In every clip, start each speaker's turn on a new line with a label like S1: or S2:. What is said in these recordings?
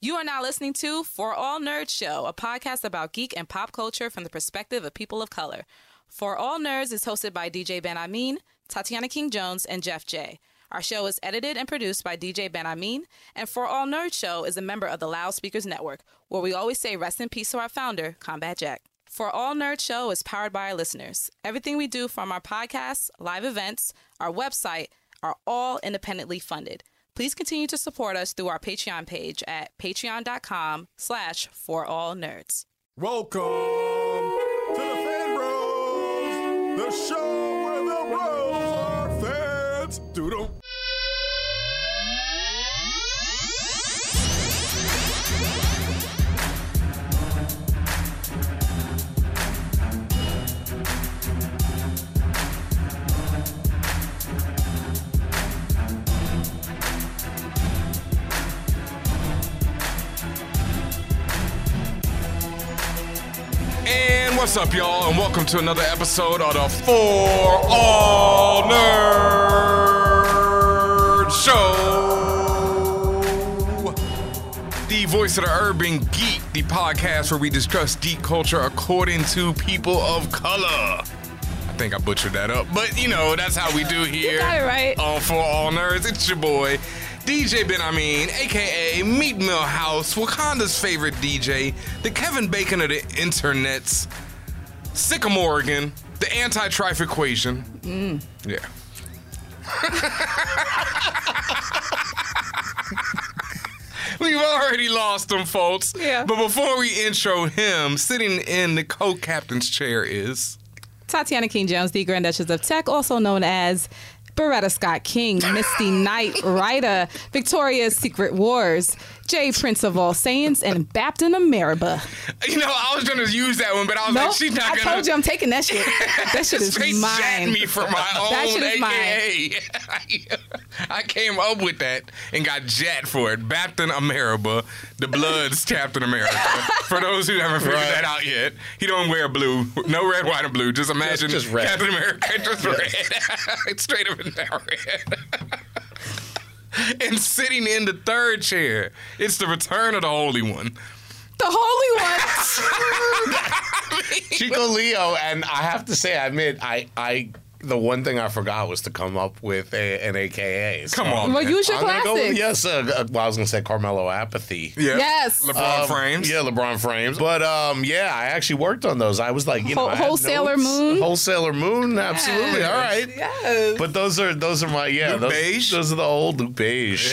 S1: You are now listening to For All Nerds Show, a podcast about geek and pop culture from the perspective of people of color. For All Nerds is hosted by DJ Ben Amin, Tatiana King Jones, and Jeff J. Our show is edited and produced by DJ Ben Amin, and For All Nerds Show is a member of the Loudspeakers Network, where we always say rest in peace to our founder, Combat Jack. For All Nerd Show is powered by our listeners. Everything we do from our podcasts, live events, our website are all independently funded. Please continue to support us through our Patreon page at patreon.com slash for all nerds.
S2: Welcome to the Fan Bros, the show where the bros are fans. Doodle.
S3: And what's up, y'all? And welcome to another episode of the For All Nerd Show. The voice of the urban geek, the podcast where we discuss geek culture according to people of color. I think I butchered that up, but you know, that's how we do here.
S1: got it right.
S3: On For All Nerds, it's your boy, DJ Ben Amin, aka Meat Mill House, Wakanda's favorite DJ, the Kevin Bacon of the internets, Sycamorigan, the anti trife equation.
S1: Mm.
S3: Yeah. We've already lost him, folks.
S1: Yeah.
S3: But before we intro him, sitting in the co captain's chair is.
S1: Tatiana King Jones, the Grand Duchess of Tech, also known as Beretta Scott King, Misty Knight, Ryder, Victoria's Secret Wars, Jay Prince of All Saints, and Baptin Ameriba.
S3: You know, I was going to use that one, but I was
S1: Nope,
S3: like, she's not
S1: I
S3: going
S1: told you I'm taking that shit. That shit is
S3: They jacked
S1: mine.
S3: me for my own
S1: That shit is mine.
S3: AKA. I came up with that and got jacked for it. Baptin Ameriba, the Bloods Captain America. For those who haven't figured that out yet, he don't wear blue, no red, white, and blue. Just imagine
S4: just red.
S3: Captain America, just red, straight up and down red. and sitting in the third chair, it's the return of the Holy One.
S1: The holy one.
S4: Chico Leo, and I have to say, I admit, I, I, the one thing I forgot was to come up with a, an AKA. So
S3: Come on,
S1: Well,
S3: man.
S1: use your
S4: I'm gonna go with
S1: classics.
S4: yes. Uh, uh, well, I was gonna say Carmelo Apathy.
S3: Yeah.
S1: Yes.
S3: LeBron
S4: Um,
S3: frames.
S4: Yeah, LeBron frames. But um, yeah, I actually worked on those. I was like, you know,
S1: Whole-
S4: I had
S1: Wholesaler
S4: notes.
S1: Moon?
S4: Wholesaler Moon, absolutely.
S3: Yes.
S4: All right.
S1: Yes.
S4: But those are those are my yeah.
S3: Luke
S4: those,
S3: Beige?
S4: those are the old Luke Beige.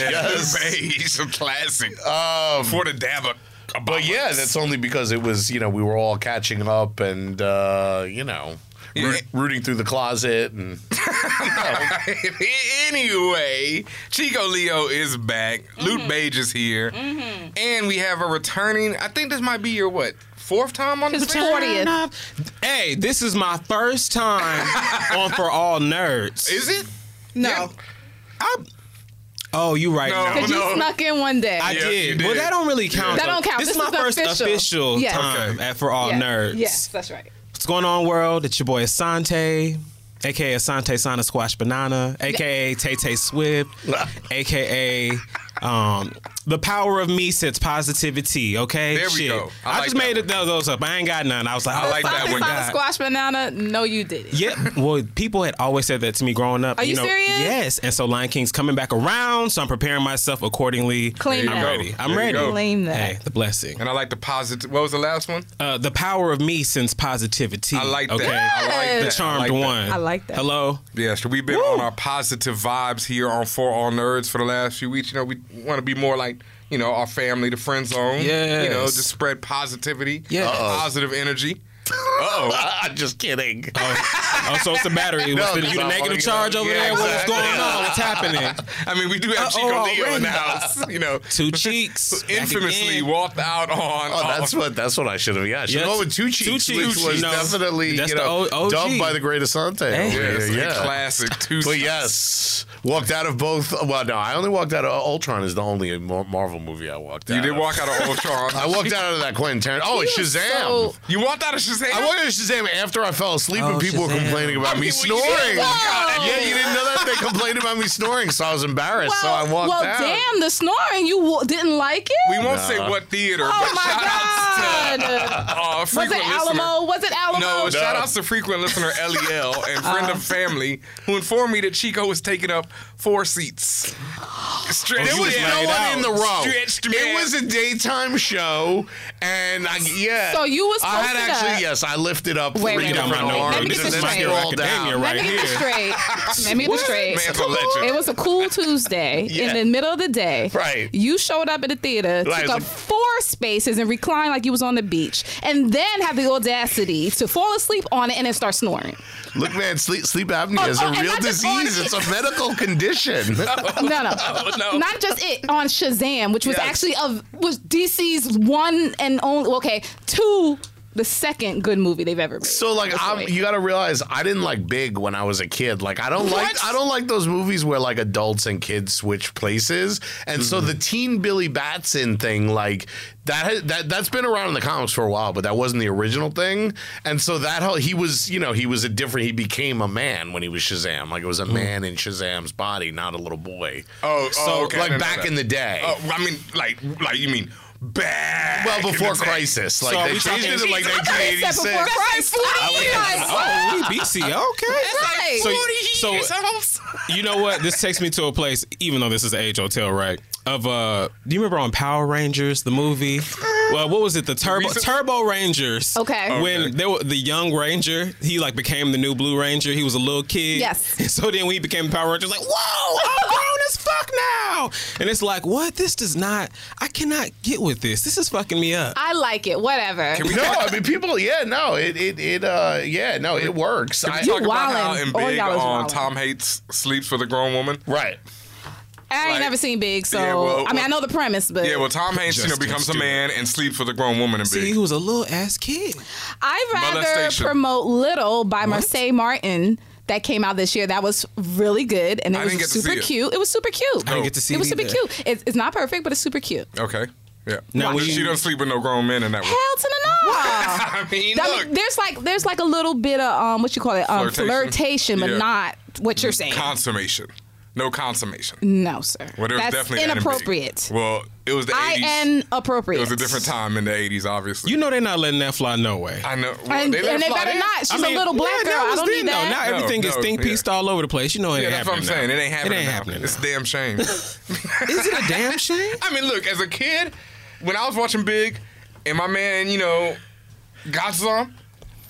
S4: Yes.
S3: Beige, a classic.
S4: Um,
S3: for the dab of
S4: But yeah, that's only because it was, you know, we were all catching up and, uh, you know, roo-
S3: Yeah.
S4: rooting through the closet. And
S3: anyway, Chico Leo is back. Loot Bage is here. And we have a returning, I think this might be your what? Fourth time on the
S1: His
S3: station?
S1: 40th.
S5: Hey, this is my first time on For All Nerds.
S3: Is it?
S1: No.
S5: oh, you right
S3: No.
S5: now.
S1: Because
S3: Oh,
S1: you
S3: no.
S1: snuck in one day.
S5: I
S3: Yeah, you
S5: did.
S3: did.
S5: Well, that don't really count.
S1: That
S5: though.
S1: don't count.
S5: This,
S1: This
S5: is my
S1: is
S5: first
S1: official.
S5: official,
S1: Yes.
S5: time
S3: Okay.
S5: at For All
S1: Yeah.
S5: Nerds.
S1: Yes, that's right.
S5: What's going on, world? It's your boy Asante, aka Asante Sana Squash Banana, aka Tay Tay Swift, aka um, the power of me sets positivity. Okay,
S3: There we
S5: Shit.
S3: go. I
S5: I,
S3: like
S5: just
S3: that
S5: made
S3: one.
S5: it, those up. I ain't got none. I was like,
S3: I like that
S1: Something
S3: one.
S1: about a squash banana. No, you didn't.
S5: Yeah, well, people had always said that to me growing up.
S1: Are you serious?
S5: Yes, and so Lion King's coming back around, so I'm preparing myself accordingly.
S1: Claim
S3: There
S1: that.
S3: you go.
S5: I'm ready. I'm
S3: There you
S5: ready.
S3: go.
S1: Claim that.
S5: Hey, the blessing.
S3: And I like the positive. What was the last one?
S5: Uh, the power of me since positivity.
S3: I like that.
S5: okay?
S3: I like that.
S5: The
S3: I
S5: charmed
S3: like that.
S5: one.
S1: I like that.
S5: Hello.
S3: Yes, we've been on our positive vibes here on For All Nerds for the last few weeks. You know, we want to be more like, you know, our family, the friend zone. You know,
S5: Yes.
S3: just spread positivity,
S5: Yes. Uh-oh.
S3: positive energy. Uh-oh.
S4: I'm just kidding.
S5: Oh, so it's the battery.
S4: No,
S5: What's the, you
S4: no,
S5: the
S4: no,
S5: negative
S4: no,
S5: charge
S4: no,
S5: over
S3: yeah,
S5: there?
S3: exactly.
S5: What's going on? What's happening?
S3: I mean, we do have Chico
S5: Uh-oh,
S3: Leo in the
S5: already.
S3: house, you know.
S5: Two cheeks.
S3: who Infamously
S5: Back again.
S3: walked out on.
S4: Oh, that's what that's what I should have. Yeah, I should have
S5: Yes.
S4: gone with two cheeks,
S5: Two Cheeks,
S4: which was
S5: you know,
S4: definitely
S5: that's
S4: you
S5: the
S4: know
S5: O- OG.
S4: dubbed by the great Asante.
S5: Hey.
S4: over
S3: Yeah,
S4: here,
S3: it's like classic two.
S4: But yes, Walked out of both. Well, no, I only walked out of Ultron. Is the only Mar- Marvel movie I walked out.
S3: You did
S4: of.
S3: walk out of Ultron.
S4: I walked out of that Quentin Tarantino. Oh, it's Shazam.
S1: so-
S3: You walked out of Shazam.
S4: I walked out of Shazam after I fell asleep
S5: Oh,
S4: and people were
S5: Shazam.
S4: complaining about
S3: I
S4: me
S3: mean, well, you
S4: snoring.
S3: didn't walk out.
S4: Yeah, you didn't know that they complained about me snoring, so I was embarrassed. so I walked
S1: well,
S4: out.
S1: damn, the snoring. You w- didn't like it?
S3: we won't say what theater,
S1: oh
S3: but shout
S1: my
S3: outs to
S1: God.
S3: uh,
S1: Was
S3: frequent
S1: it
S3: listener.
S1: Alamo? Was it Alamo?
S3: No, shout outs to frequent listener LEL and
S4: Uh.
S3: friend of family who informed me that Chico was taking up four seats.
S1: Oh,
S3: Stretched
S4: There was
S3: man
S4: no one
S3: out.
S4: in the row.
S3: Stretched man.
S4: It was a daytime show, and I, yeah.
S1: So you was
S4: I had
S1: posted
S4: actually
S1: up.
S4: yes, I lifted up
S1: Wait,
S4: three
S1: wait,
S4: different
S5: wait, wait.
S4: arms
S1: Let me get
S4: and
S1: this
S4: then
S1: straight.
S4: scrolled down.
S5: Right
S1: Let me get this
S5: here.
S1: straight. Let me get this straight.
S3: Man's a legend.
S1: It was a cool Tuesday
S4: Yeah.
S1: in the middle of the day.
S4: Right.
S1: You showed up at the theater,
S4: Right,
S1: took
S4: it's
S1: up
S4: like-
S1: four spaces and reclined like you was on the beach, and then had the audacity to fall asleep on it and then start snoring.
S4: Look, man, sleep sleep apnea
S1: Oh,
S4: is
S1: oh,
S4: a
S1: and
S4: real
S1: not just on-
S4: disease. It's a medical condition.
S1: No, no.
S3: Oh, no.
S1: Not just it on Shazam, which was
S3: Yes.
S1: actually of was DC's one and only okay, two the second good movie they've ever made.
S4: So like
S1: That's
S4: I'm,
S1: right.
S4: you got to realize I didn't like Big when I was a kid. Like I don't like
S3: What?
S4: I don't like those movies where like adults and kids switch places. And so the Teen Billy Batson thing like that ha- that that's been around in the comics for a while, but that wasn't the original thing. And so that whole he was, you know, he was a different he became a man when he was Shazam. Like it was a man in Shazam's body, not a little boy.
S3: Oh,
S4: so
S3: oh, okay, I
S4: like
S3: didn't know
S4: back
S3: that.
S4: in the day.
S3: Oh, I mean, like, like you mean bad?
S4: well, before Crisis, like
S5: So are
S4: they
S5: we
S4: changed
S5: talking-
S4: it in like
S1: I thought it said before Christ.
S4: 1986.
S5: Oh, we BC. Okay.
S1: Right.
S5: So- so- You know what? This takes me to a place, even though this is an age hotel, right? Of uh, do you remember on Power Rangers the movie? Well, what was it? The Turbo
S3: recent-
S5: Turbo Rangers.
S1: Okay.
S5: When there were the young Ranger, he like became the new Blue Ranger. He was a little kid.
S1: Yes.
S5: And so then when he became Power Ranger, it's like, whoa, I'm grown as fuck now. And it's like, what? This does not. I cannot get with this. This is fucking me up.
S1: I like it. Whatever.
S4: No, I mean people. Yeah, no, it it it. Uh, yeah, no, it works. I,
S1: You
S3: Talk about how
S1: wildin'.
S3: in
S1: All
S3: Big
S1: y'all is
S3: um,
S1: wildin'.
S3: Tom Hates sleeps with a grown woman.
S4: right.
S1: I ain't
S3: Like-
S1: never seen Big, so
S3: Yeah, well,
S1: I mean I
S3: well-
S1: know the premise, but
S3: Yeah, well, Tom Hanks, you know,
S5: Justin
S3: becomes a
S5: Stewart.
S3: man and sleeps with a grown woman in
S5: See,
S3: Big.
S5: he was a little ass kid.
S1: I'd rather
S3: Molestation.
S1: promote Little by Marseille Martin that came out this year. That was really good and it
S3: I
S1: was
S3: didn't get to
S1: super
S3: see it.
S1: cute. It was super cute.
S5: I didn't get to see
S1: it.
S5: it
S1: was super
S5: either.
S1: cute. It's, it's not perfect, but it's super cute.
S3: Okay. Yeah.
S5: Now,
S3: But
S5: when
S3: she
S5: you-
S3: doesn't sleep with no grown men in that one.
S1: Hell to the no. I
S3: I
S1: mean,
S3: mean, look,
S1: there's like there's like a little bit of um what you call it um,
S3: Flirtation.
S1: flirtation, but
S3: Yeah.
S1: not what you're saying.
S3: consummation. No consummation.
S1: no, sir.
S3: Well, there was
S1: That's
S3: definitely that in Big.
S1: inappropriate.
S3: Well, it was the
S1: I
S3: 80s.
S1: am appropriate.
S3: It was a different time in the 80s, obviously.
S5: You know they're not letting that fly no way.
S3: I know. Well,
S1: And,
S3: they let
S1: and
S3: it
S1: they
S3: fly
S1: better
S3: in.
S1: not. She's
S5: I mean,
S1: a little black
S5: yeah,
S1: girl.
S5: That
S1: I
S5: was
S1: don't
S5: then,
S1: need that.
S5: Though. Now
S3: No,
S5: everything
S3: no,
S5: is think
S3: yeah.
S5: pieced all over the place. You know it
S3: Yeah,
S5: ain't
S3: that's what I'm saying.
S5: happening.
S3: It ain't
S5: now.
S3: happening.
S5: It ain't
S3: now.
S5: happening.
S3: It's a
S5: now.
S3: damn shame.
S5: Is it a damn shame?
S3: I mean, look, as a kid, when I was watching Big and my man, you know, got some,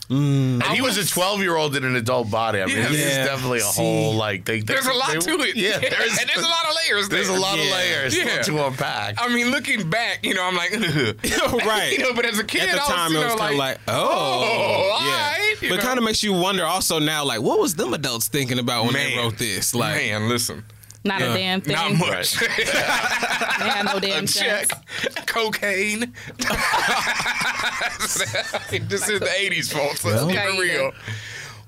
S4: And he was a twelve-year-old in an adult body. I mean,
S3: Yeah.
S4: this is
S5: Yeah.
S4: definitely a
S5: See.
S4: whole like. They, they-
S3: there's a lot
S4: they-
S3: to it.
S4: Yeah, there's,
S3: and there's a lot of layers
S4: there's a
S3: there.
S4: lot of
S5: Yeah.
S4: layers
S3: Yeah.
S4: to unpack.
S3: I mean, looking back, you know, I'm like, Ugh.
S5: right.
S3: You know, but as a kid,
S5: At the
S3: I was,
S5: time,
S3: you
S5: it was
S3: know,
S5: kind of like, oh,
S3: all right, you
S5: yeah. But
S3: know.
S5: kind of makes you wonder also now, like, what was them adults thinking about when they
S3: Man.
S5: wrote this? Like,
S3: man, listen,
S1: Not a damn thing.
S3: not much.
S1: They had no damn
S3: a check,
S1: sense.
S3: cocaine. this is the '80s, folks. Let's
S1: Cocaine.
S3: get real.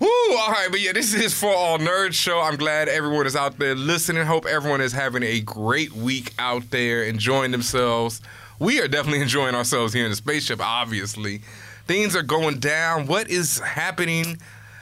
S3: Woo! All right, but yeah, this is for all nerds show. I'm glad everyone is out there listening. Hope everyone is having a great week out there, enjoying themselves. We are definitely enjoying ourselves here in the spaceship. Obviously, things are going down. What is happening?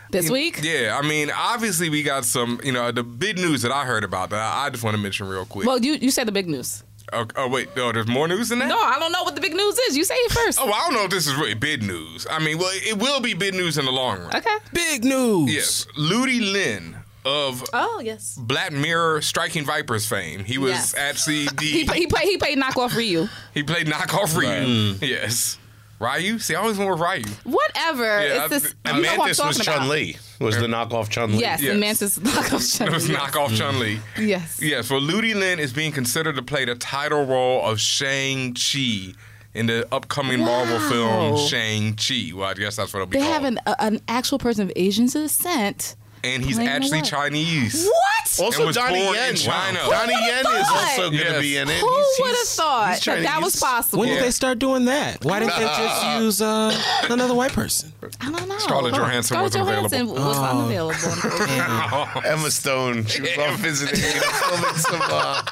S1: This week?
S3: Yeah, I mean, obviously we got some. You know, the big news that I heard about that I, I just want to mention real quick.
S1: Well, you you said the big news.
S3: oh, oh, wait, no, there's more news than that.
S1: No, I don't know what the big news is. You say it first.
S3: Oh, I don't know if this is really big news. I mean, well, it will be big news in the long run.
S1: Okay.
S5: big news.
S3: Yes, Ludi Lin of
S1: Oh yes.
S3: Black Mirror Striking Vipers fame. He was
S1: Yes.
S3: at CD.
S1: He play, he play he played knockoff Ryu.
S3: he played knockoff Ryu. Yes, Ryu. See, I always went with Ryu.
S1: Whatever.
S3: Yeah,
S1: it's this.
S3: I-
S1: you know what I'm
S4: Mantis was
S1: talking
S4: Chun
S1: about.
S4: Li. Was the knockoff Chun Li?
S1: Yes,
S3: Yes.
S1: and Mantis knockoff
S3: It
S1: Chun
S3: was
S1: Li.
S3: knockoff Chun Li.
S1: Yes.
S3: Yes, well, Ludi Lin is being considered to play the title role of Shang Chi in the upcoming Marvel
S1: Wow.
S3: film Shang Chi. Well, I guess that's what it'll be
S1: They
S3: called.
S1: have an a, an actual person of Asian descent
S3: and he's
S1: Wait,
S3: actually
S1: what?
S3: Chinese.
S1: What?
S4: Also,
S3: was
S4: Donnie
S3: born
S4: Yen.
S3: in China.
S4: Wow. Donnie Yen is
S1: thought?
S4: also going to
S3: Yes.
S4: be in it.
S1: Who
S4: He's-
S1: would have
S4: he's-
S1: thought
S4: he's trying
S1: that,
S4: to
S1: that was
S4: use-
S1: possible?
S5: When
S3: Yeah.
S5: did they start doing that? Why didn't they just use uh, another white person?
S1: I don't know.
S3: Scarlett Johansson
S1: Scarlett Johansson
S3: wasn't
S1: was unavailable.
S4: Emma Stone. She was off visiting and filming some. Uh,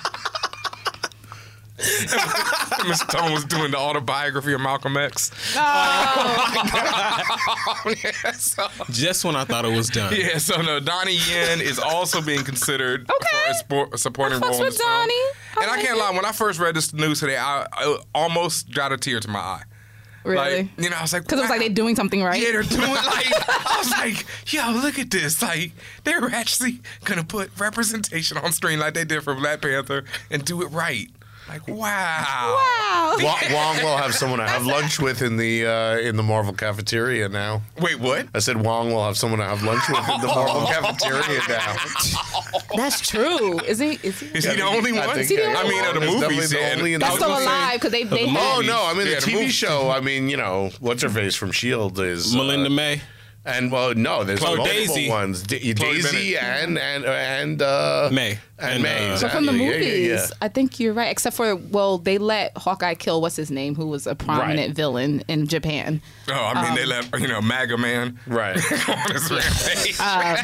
S3: Miss Stone was doing the autobiography of Malcolm X.
S1: Oh,
S3: yeah, so,
S5: Just when I thought it was done.
S3: yeah, so no, Donnie Yen is also being considered for
S1: Okay.
S3: a, sport, a supporting
S1: Fucks
S3: role. in
S1: with
S3: this film.
S1: Donnie.
S3: And I
S1: like
S3: can't
S1: it.
S3: lie, when I first read this news today, I, I almost got a tear to my eye.
S1: Really?
S3: Like, you know, I was like,
S1: Because it was like
S3: wow.
S1: they're doing something right.
S3: Yeah, they're doing like I was like, yo, look at this. Like they were actually gonna put representation on screen like they did for Black Panther and do it right. Like wow.
S1: Wow.
S4: Wa- Wong will have someone to have lunch with in the uh, in the Marvel cafeteria now.
S3: Wait, what?
S4: I said Wong will have someone to have lunch with in the Marvel cafeteria now.
S1: That's true. Is he? Is he?
S3: Is he the only one?
S4: I think-
S1: Is he the
S3: I
S1: only
S3: mean,
S1: one?
S3: of the
S4: That's
S3: movies.
S4: definitely the
S3: yeah.
S4: only in the-
S3: I
S1: That's
S3: was
S1: so
S3: gonna say-
S1: alive because they they
S4: Oh
S1: had.
S4: no! I mean
S3: Yeah,
S4: the
S3: the
S4: TV
S3: movie.
S4: show. I mean, you know, what's her face from Shield is uh,
S5: Melinda May.
S4: and well, no, there's
S5: Chloe
S4: multiple
S5: Daisy.
S4: ones. Da-
S3: Chloe
S4: Daisy and and and uh,
S5: May.
S4: and,
S5: And,
S4: May.
S5: uh,
S4: exactly.
S5: So
S1: From the
S4: Yeah,
S1: movies,
S4: yeah, yeah.
S1: I think you're right. Except for, well, they let Hawkeye kill what's his name, who was a prominent
S4: Right.
S1: villain in Japan.
S3: Oh, I mean,
S1: Um,
S3: they left you know MAGA man
S4: Right.
S3: on his rampage.
S1: Uh,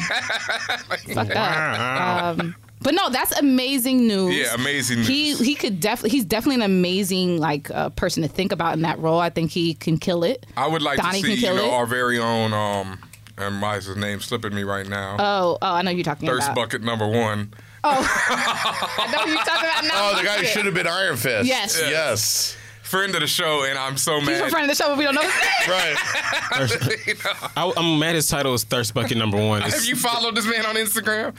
S1: Fuck up. Um, but no, that's amazing news.
S3: Yeah, amazing news.
S1: He he could definitely he's definitely an amazing like uh, person to think about in that role. I think he can kill it.
S3: I would like
S1: Donnie
S3: to
S1: can
S3: see you
S1: kill
S3: know
S1: it.
S3: our very own um and why is his name slipping me right now?
S1: Oh, oh, I know you're talking
S3: Thirst
S1: about.
S3: bucket number one.
S1: I know who you're talking about. Now
S4: Oh, the guy who should have been Iron Fist.
S1: Yes. Yes.
S4: Yes.
S3: Friend of the show, and I'm so
S1: He's
S3: mad.
S1: in front of the show, but we don't know his name.
S4: Right.
S5: I, I'm mad his title is Thirst Bucket Number One.
S3: Have
S5: It's-
S3: you followed this man on Instagram?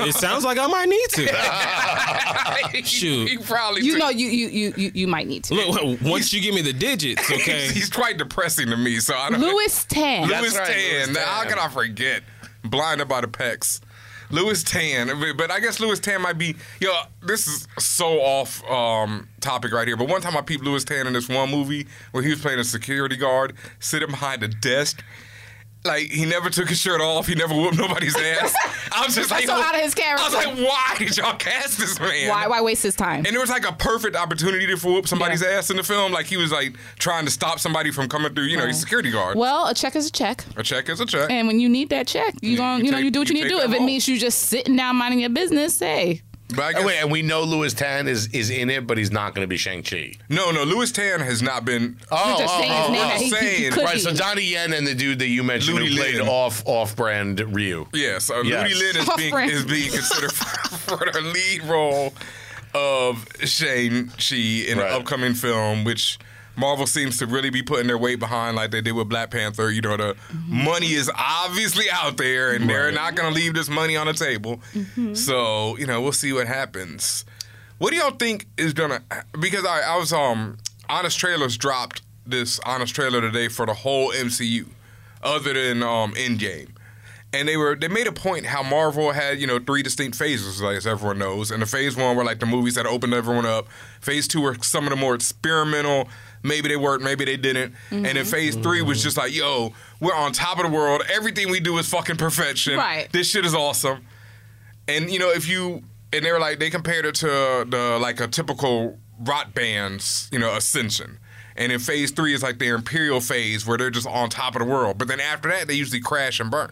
S5: it sounds like I might need to.
S4: Uh,
S5: Shoot.
S3: he probably
S1: You
S3: do.
S1: know, you you you you, you might need to.
S5: Look, once you give me the digits, okay?
S3: He's, he's quite depressing to me, so I don't.
S1: Louis Tan.
S3: Louis
S4: That's right,
S3: Tan.
S4: Louis
S3: Now, How
S4: Tan.
S3: can I forget? Blinded by the pecs. Louis Tan, I mean, but I guess Louis Tan might be yo. This is so off um, topic right here. But one time I peeped Louis Tan in this one movie where he was playing a security guard, sitting behind a desk. Like he never took his shirt off. He never whooped nobody's ass. I was just like,
S1: so out of his character.
S3: I was like, why did y'all cast this man?
S1: Why why waste his time?
S3: And it was like a perfect opportunity to whoop somebody's
S1: Yeah.
S3: ass in the film. Like he was like trying to stop somebody from coming through. You know, he's a security guard.
S1: Well, a check is a check.
S3: A check is a check.
S1: And when you need that check, you gon' you,
S3: you
S1: know
S3: take-
S1: you do what you,
S3: you
S1: need to
S3: take
S1: do.
S3: that
S1: If it
S3: role.
S1: means you just sitting down minding your business, hey,
S3: but
S1: Oh,
S3: I guess,
S4: And wait, and we know Louis Tan is is in it, but he's not going to be Shang Chi.
S3: no, no, Louis Tan has not been.
S4: Oh,
S1: you're just saying his name
S3: oh,
S1: that he, he- he
S3: saying.
S1: could
S4: right. So
S1: be.
S4: Donnie Yen and the dude that you mentioned
S3: Ludi
S4: who played
S3: Lin.
S4: off off brand Ryu.
S3: yeah, so
S4: Yes.
S3: Ludi Lin is
S1: Oh,
S3: being
S1: friend.
S3: is being considered for, for the lead role of Shane Chi in
S4: Right.
S3: the upcoming film, which. Marvel seems to really be putting their weight behind, like they did with Black Panther. You know, the money is obviously out there, and they're not going to leave this money on the table. So, you know, we'll see what happens. What do y'all think is gonna? Because I, I was um, honest trailers dropped this honest trailer today for the whole MCU, other than um Endgame, and they were they made a point how Marvel had you know three distinct phases, like as everyone knows, and the phase one were like the movies that opened everyone up. Phase two were some of the more experimental. Maybe they worked, maybe they didn't. And then phase three was just like, yo, we're on top of the world. Everything we do is fucking perfection.
S1: Right.
S3: This shit is awesome and you know if you and they were like they compared it to the like a typical rock band's you know ascension and in phase three is like their imperial phase where they're just on top of the world but then after that they usually crash and burn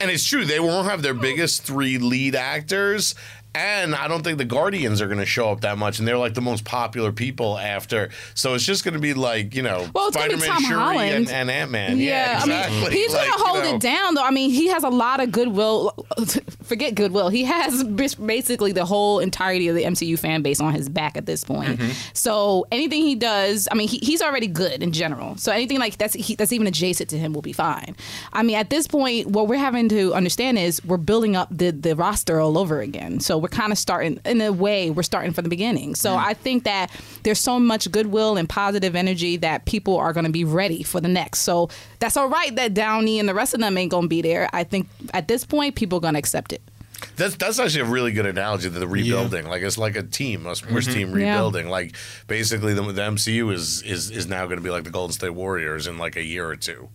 S4: And it's true they won't have their biggest three lead actors. And I don't think the Guardians are going to show up that much, and they're like the most popular people after. So it's just going to be like you know,
S1: Well, it's gonna be
S4: Spider Man,
S1: Tom
S4: Shuri,
S1: Holland.
S4: and, and Ant Man. Yeah,
S1: Yeah,
S4: exactly.
S1: I mean, he's
S4: Like,
S1: gonna hold
S4: you know.
S1: it down though. I mean, he has a lot of goodwill. Forget goodwill. He has bis- basically the whole entirety of the MCU fan base on his back at this point.
S4: Mm-hmm.
S1: So anything he does, I mean, he, he's already good in general. So anything like that's he, that's even adjacent to him will be fine. I mean, at this point, what we're having to understand is we're building up the the roster all over again. So we're kind of starting in a way we're starting from the beginning. So I think that there's so much goodwill and positive energy that people are going to be ready for the next. So that's all right that Downey and the rest of them ain't going to be there. I think at this point people going to accept it.
S4: That's that's actually a really good analogy to the rebuilding. Like it's like a team, a sports team
S1: Yeah.
S4: rebuilding. Like basically, the, the MCU is is is now going to be like the Golden State Warriors in like a year or two.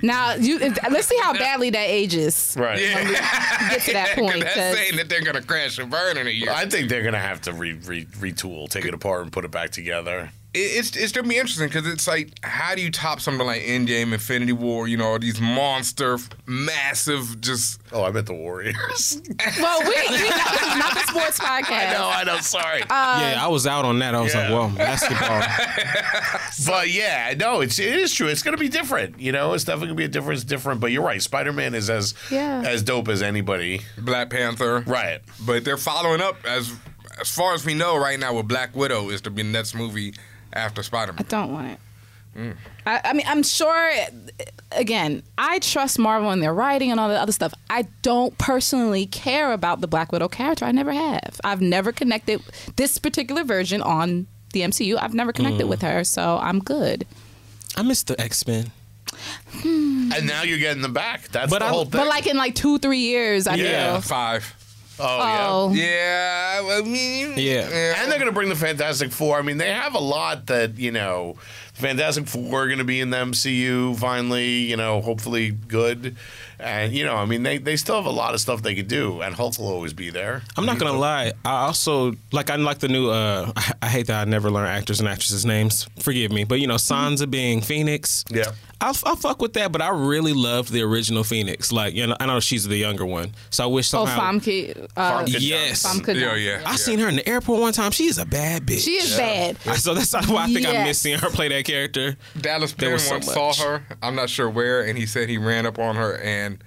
S1: Now you let's see how badly that ages.
S4: Right.
S1: Get to that
S3: Because
S1: point.
S3: that's
S1: 'cause-
S3: saying that they're gonna crash and burn in a year.
S4: I think they're gonna have to re- re- retool, take it apart, and put it back together.
S3: it- it's it's gonna be interesting because it's like how do you top something like Endgame, Infinity War, you know, these monster, massive, just
S4: Oh, I bet the Warriors.
S1: well, we, we not, this is not the sports podcast.
S4: I know, I know. Sorry,
S1: Uh,
S5: yeah, I was out on that. I was
S4: yeah.
S5: like, well, basketball.
S4: but yeah, no, it's it is true. It's gonna be different. You know, it's definitely gonna be a difference. Different, but you're right. Spider Man is as
S1: Yeah.
S4: as dope as anybody.
S3: Black Panther,
S4: Right.
S3: But they're following up as as far as we know right now with Black Widow is the next movie after Spider
S1: I
S3: Man.
S1: don't want it.
S5: Mm.
S1: I, I mean, I'm sure. Again, I trust Marvel and their writing and all the other stuff. I don't personally care about the Black Widow character. I never have. I've never connected this particular version on the MCU. I've never
S5: Mm.
S1: connected with her, so I'm good.
S5: I missed the X Men.
S4: And now you're getting them back. That's
S5: But
S4: the
S5: I-
S4: whole thing.
S1: But like in like two, three years, I
S5: Yeah.
S1: feel.
S3: Five.
S4: oh yeah.
S1: Oh,
S3: Yeah, I mean,
S5: Yeah.
S4: And they're going to bring the Fantastic Four. I mean, they have a lot that, you know, the Fantastic Four are going to be in the MCU finally, you know, hopefully good. And, you know, I mean, they, they still have a lot of stuff they could do, and Hulk will always be there.
S5: I'm not gonna lie. I also like I like the new. Uh, I, I hate that I never learn actors and actresses' names. Forgive me, but you know, Sansa being Phoenix.
S4: Yeah.
S5: I, f- I fuck with that, but I really loved the original Phoenix. Like you know, I know she's the younger one, so I wish
S1: oh,
S5: somehow.
S1: Famke. Uh,
S4: Famke.
S5: yes,
S1: Famke
S3: yeah,
S1: Johnson.
S3: yeah.
S5: I
S3: yeah.
S5: seen her in the airport one time. She is a bad bitch.
S1: She is bad.
S5: So that's not why I think I
S1: Yes.
S5: miss seeing her play that character.
S3: Dallas
S5: There
S3: Penn
S5: was so
S3: once
S5: much.
S3: saw her. I'm not sure where, and he said he ran up on her, and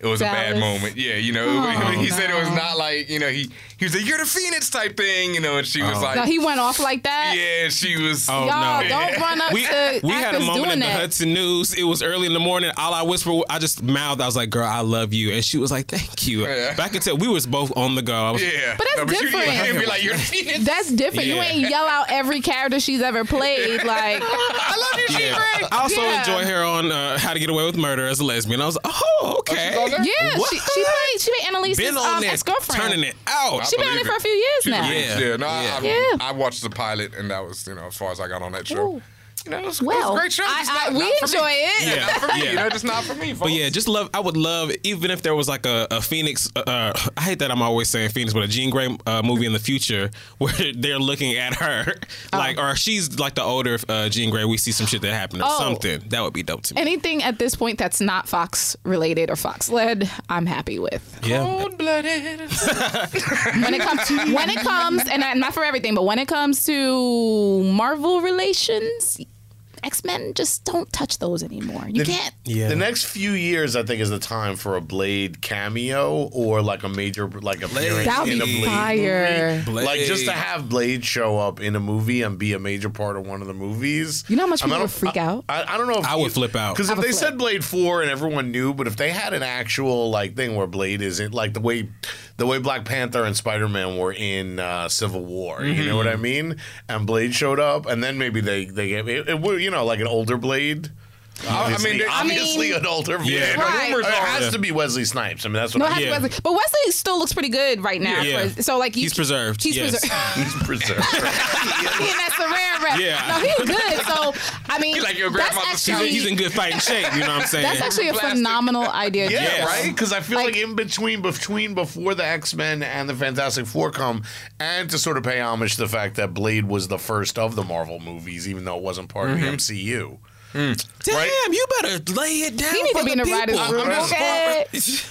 S3: it was a bad
S1: Dallas.
S3: moment. Yeah, you know,
S1: Oh,
S3: he said it was
S1: no.
S3: not like you know he he was like you're the Phoenix type thing, you know, and she was like,
S1: No, he went off like that.
S3: yeah, she was.
S5: Oh.
S1: Y'all
S5: no.
S1: don't run up
S5: We,
S1: to actors
S5: we had a moment
S1: doing
S5: in the
S1: that.
S5: Hudson News. It was early in the morning. All I whispered, I just mouthed. I was like, "Girl, I love you," and she was like, "Thank you."
S3: Yeah.
S5: Back until we was both on the go. I was,
S3: Yeah,
S1: But that's
S3: No, you-
S1: different.
S3: You, can't be like you're the Phoenix.
S1: That's different. You
S5: Yeah.
S1: ain't yell out every character she's ever played. Like, I love you,
S5: Yeah. I also
S1: Yeah.
S5: enjoy her on uh, How to Get Away with Murder as a lesbian. I was like, oh, okay.
S3: on there?
S1: Yeah,
S5: What?
S1: she, she played. She played Annalise's
S5: Been on
S1: um,
S5: there,
S1: ex girlfriend.
S5: turning it out.
S1: She been on
S3: Believe
S1: it for
S3: it.
S1: a few years now.
S5: believe
S3: Yeah,
S5: Yeah.
S3: no, I,
S1: Yeah.
S3: I watched the pilot, and that was you know as far as I got on that show.
S1: Ooh.
S3: You know, it was, it was
S1: Well,
S3: a great show.
S1: I-
S3: Just not-
S1: I- we
S3: not for
S1: enjoy
S3: me.
S1: it.
S3: Yeah, not for me.
S5: Yeah.
S3: You know, just not for me. Folks.
S5: But yeah, just love. I would love even if there was like a, a Phoenix. Uh, uh, I hate that I'm always saying Phoenix, but a Jean Grey uh, movie in the future where they're looking at her, like, or she's like the older uh, Jean Grey. We see some shit that happened or
S1: Oh.
S5: something. That would be dope to me.
S1: Anything at this point that's not Fox related or Fox led, I'm happy with.
S5: yeah,
S1: When it comes, when it comes, and I- not for everything, but when it comes to Marvel relations, X Men just don't touch those anymore. You can't.
S5: yeah.
S4: The next few years, I think, is the time for a Blade cameo or like a major, like appearance
S1: That would
S4: in a
S1: be
S4: Blade.
S1: fire.
S5: Blade.
S4: Like just to have Blade show up in a movie and be a major part of one of the movies.
S1: You know how much
S4: I mean,
S1: people
S4: I
S1: would
S4: don't-
S1: freak out.
S4: I, I don't know. if
S5: I would flip out.
S4: because
S1: I
S4: if
S1: would
S4: they
S1: flip.
S4: said Blade Four and everyone knew, but if they had an actual like thing where Blade isn't like the way the way Black Panther and Spider Man were in uh, Civil War, you know what
S5: Mm-hmm.
S4: I mean? And Blade showed up, and then maybe they they gave it, it would you know like an older Blade.
S3: I
S4: Obviously,
S3: mean, there- I mean-
S4: obviously an older Blade.
S5: Yeah,
S4: It
S5: the
S1: Right. rumors
S5: are-
S4: has to be Wesley Snipes. I mean, that's what
S1: No, it
S4: I
S1: has to be
S5: Yeah.
S1: Wesley. But Wesley still looks pretty good right now.
S5: Yeah.
S1: for- so like you,
S5: He's preserved,
S1: He's
S5: yes.
S1: preserved.
S4: preserved.
S1: he in that Sarah rep.
S5: Yeah.
S1: No, he's good. So I mean,
S3: He like your
S1: that's
S3: grandma's
S5: he's,
S1: actually
S5: he's in good fighting shape. You know what I'm saying?
S1: that's actually a
S3: Plastic.
S1: phenomenal idea.
S4: Yeah,
S5: Yes.
S4: right. Because I feel
S1: Like-
S4: like, in between, between before the X Men and the Fantastic Four come, and to sort of pay homage to the fact that Blade was the first of the Marvel movies, even though it wasn't part of the MCU.
S5: Damn,
S4: right?
S5: you better lay it down.
S1: He need
S5: for
S1: to be in
S5: the
S1: the writer's
S5: people.
S1: room.
S4: just-
S1: Okay.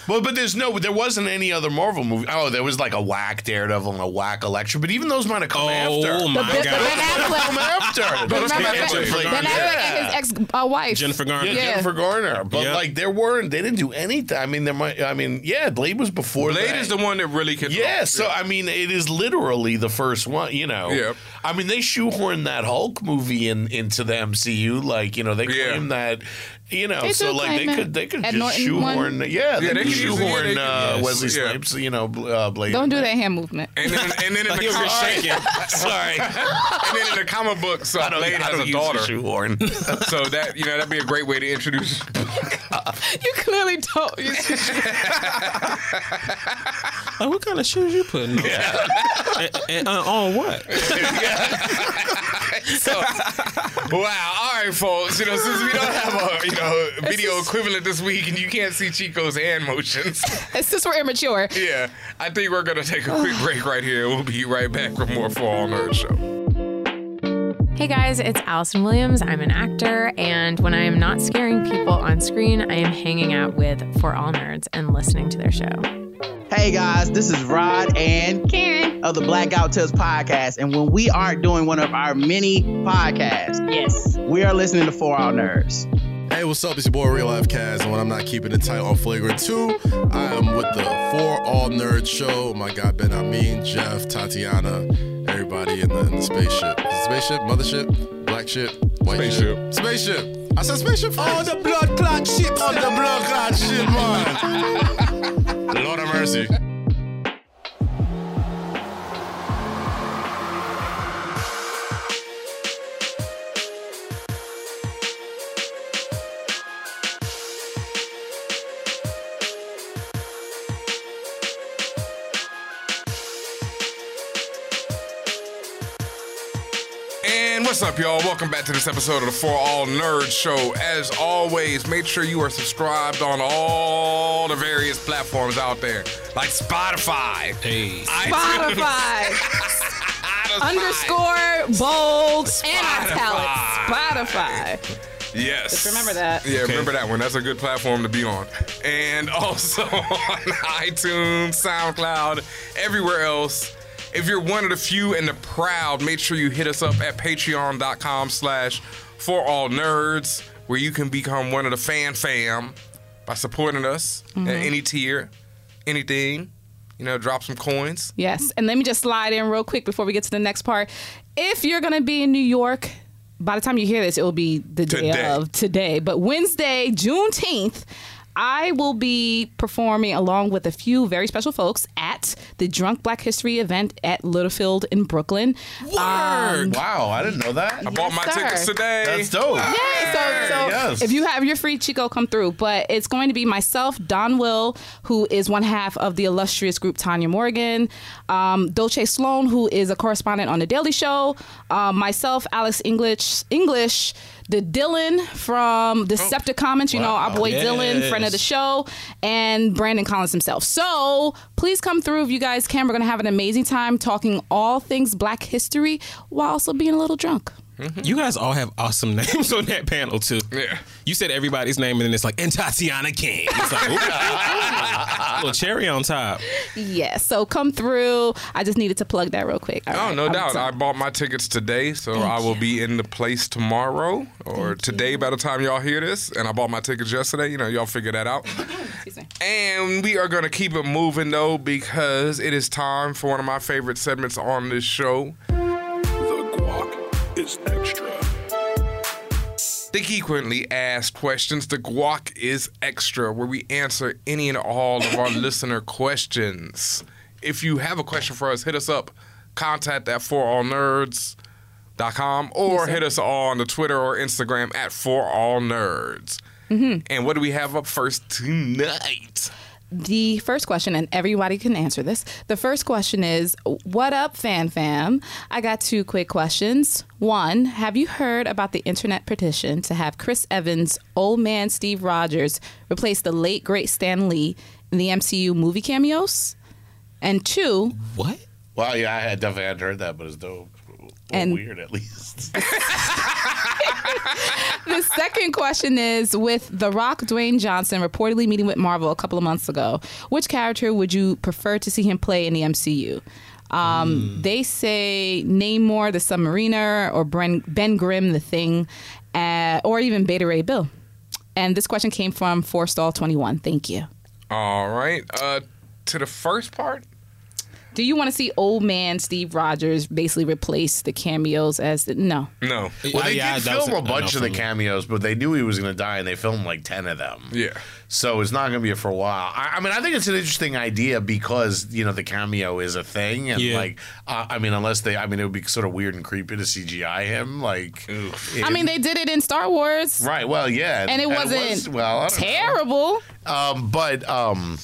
S4: Well, but there's no, there wasn't any other Marvel movie. Oh, there was like a whack Daredevil and a whack Electra, but even those might have come
S5: Oh
S4: after.
S5: my
S1: The- the Ben
S5: god,
S4: Come
S1: Affleck.
S4: after. Those
S1: Remember
S4: came
S5: Yeah,
S4: after
S1: Ben
S5: Jennifer
S4: Blade.
S1: Ben Affleck
S4: Yeah.
S1: and his ex uh, wife.
S5: Jennifer Garner.
S4: Yeah,
S1: Yeah.
S4: Jennifer Garner, but
S5: Yeah.
S4: like there weren't, they didn't do anything. I mean, there might, I mean, yeah, Blade was before.
S3: Blade
S4: that.
S3: is the one that really can.
S4: Yeah, so I mean, it is literally the first one. You know,
S3: Yep.
S4: I mean, they shoehorned that Hulk movie in into the MCU. Like, you know, they
S3: Yeah.
S4: claim that. You know,
S1: They do
S4: so like they
S1: claim it.
S4: could they could
S1: Ed
S4: just
S1: Norton one.
S4: shoehorn. Yeah,
S3: they
S4: they, could
S3: could use it, yeah,
S4: shoehorn
S3: they could-
S4: uh,
S3: yes,
S4: Wesley
S3: yeah.
S4: Snipes. You know, bl- uh, Blade.
S1: Don't do that hand movement.
S3: And then, and then in the
S5: He over here
S3: comic,
S5: shaking.
S4: Sorry,
S3: and then in the comic book, so
S4: I don't.
S3: Blade
S4: I
S3: has
S4: don't
S3: a
S4: use
S3: daughter.
S4: the shoehorn.
S3: So that you know that'd be a great way to introduce.
S1: You clearly don't.
S5: Like, what kind of shoes you putting on? and, and, uh, on what?
S3: right. So, wow. All right, folks. You know, since we don't have a you know video equivalent this week, and you can't see Chico's hand motions,
S1: Since we're immature,
S3: yeah, I think we're gonna take a quick break right here. We'll be right back for more for All Nerd Show.
S6: Hey guys, it's Allison Williams. I'm an actor, and when I am not scaring people on screen, I am hanging out with For All Nerds and listening to their show.
S7: Hey guys, this is Rod and
S6: Karen.
S7: of the Blackout Tales podcast. And when we aren't doing one of our many podcasts,
S6: Yes.
S7: we are listening to For All Nerds.
S8: Hey, what's up? It's your boy Real Life Kaz, and when I'm not keeping it tight on Flagrant 2, I am with the For All Nerd Show. My God, Ben Amin, Jeff, Tatiana, everybody in the, in the spaceship. Is it spaceship, mothership, black ship, white ship. Spaceship. I said spaceship. Oh, the blood clot ship. On the blood clot ship, man. Lord have mercy.
S3: And what's up, y'all? Welcome back to this episode of the For All Nerd Show. As always, make sure you are subscribed on all the various platforms out there, like Spotify,
S5: Hey.
S3: iTunes,
S1: Spotify
S3: Spotify.
S1: underscore bold and italics.
S3: Spotify.
S1: Spotify.
S3: Yes.
S1: Just remember that.
S3: Yeah, remember that one. That's a good platform to be on. And also on iTunes, SoundCloud, everywhere else. If you're one of the few and the proud, make sure you hit us up at patreon.com slash for all nerds, where you can become one of the fan fam by supporting us
S1: Mm-hmm.
S3: at any tier, anything. You know, drop some coins.
S1: Yes. And let me just slide in real quick before we get to the next part. If you're going to be in New York, by the time you hear this, it will be the day
S3: Today.
S1: of today. But Wednesday, Juneteenth, I will be performing along with a few very special folks at the Drunk Black History event at Littlefield in Brooklyn. Um,
S9: Wow, I didn't know that.
S3: I bought my
S1: sir.
S3: tickets today.
S9: That's dope.
S1: Yay! So, so
S9: Yes.
S1: if you have your free Chico, come through. But it's going to be myself, Don Will, who is one half of the illustrious group Tanya Morgan, um, Dolce Sloan, who is a correspondent on The Daily Show, um, myself, Alex English, English, the Dylan from
S9: Oh.
S1: Deceptive Comments, you know, our boy Dylan, friend of the show, and Brandon Collins himself. So please come through if you guys can. We're going to have an amazing time talking all things black history while also being a little drunk.
S5: You guys all have awesome names on that panel too.
S3: Yeah.
S5: You said everybody's name and then it's like and Tatiana King. It's like ooh. little cherry on top.
S1: Yes, so come through. I just needed to plug that real quick. All
S3: Oh,
S1: right,
S3: no
S1: I'm
S3: doubt. I
S1: done.
S3: bought my tickets today, so I will be in the place tomorrow or today by the time y'all hear this. And I bought my tickets yesterday. You know, y'all figure that out.
S1: Excuse me.
S3: and we are going to keep it moving, though, because it is time for one of my favorite segments on this show
S2: The guac is extra.
S3: the frequently asked questions. The guac is extra, where we answer any and all of our listener questions. If you have a question for us, hit us up. Contact at for all nerds. dot com or hit us all on the Twitter or Instagram at for all nerds.
S5: Mm-hmm.
S3: And what do we have up first tonight?
S1: The first question, and everybody can answer this. The first question is, "What up, fan fam?" I got two quick questions. One, have you heard about the internet petition to have Chris Evans, old man Steve Rogers, replace the late great Stan Lee in the MCU movie cameos? And two,
S5: What?
S4: Wow, yeah, I had definitely hadn't heard that, but it's dope. Well,
S1: And-
S4: weird, at least.
S1: the second question is with The Rock Dwayne Johnson reportedly meeting with Marvel a couple of months ago, which character would you prefer to see him play in the MCU? Um, They say Namor the Submariner or Bren, Ben Grimm the Thing, uh, or even Beta Ray Bill. And this question came from Forstall21. Thank you.
S3: All right. Uh to the first part?
S1: Do you want to see old man Steve Rogers basically replace the cameos as the, no?
S3: No.
S4: Well, they
S5: yeah,
S4: did
S5: that was
S4: film a bunch
S5: enough
S4: of the
S5: for me.
S4: cameos, but they knew he was going to die, and they filmed like ten of them.
S3: Yeah.
S4: So it's not going to be for a while. I, I mean, I think it's an interesting idea because you know the cameo is a thing, and
S5: Yeah.
S4: like, uh, I mean, unless they, I mean, it would be sort of weird and creepy to CGI him. Like,
S1: I
S4: it-
S1: mean, they did it in Star Wars.
S4: right? Well, yeah,
S1: And it
S4: was-
S1: wasn't
S4: well I don't know.
S1: Terrible.
S4: Um, but um,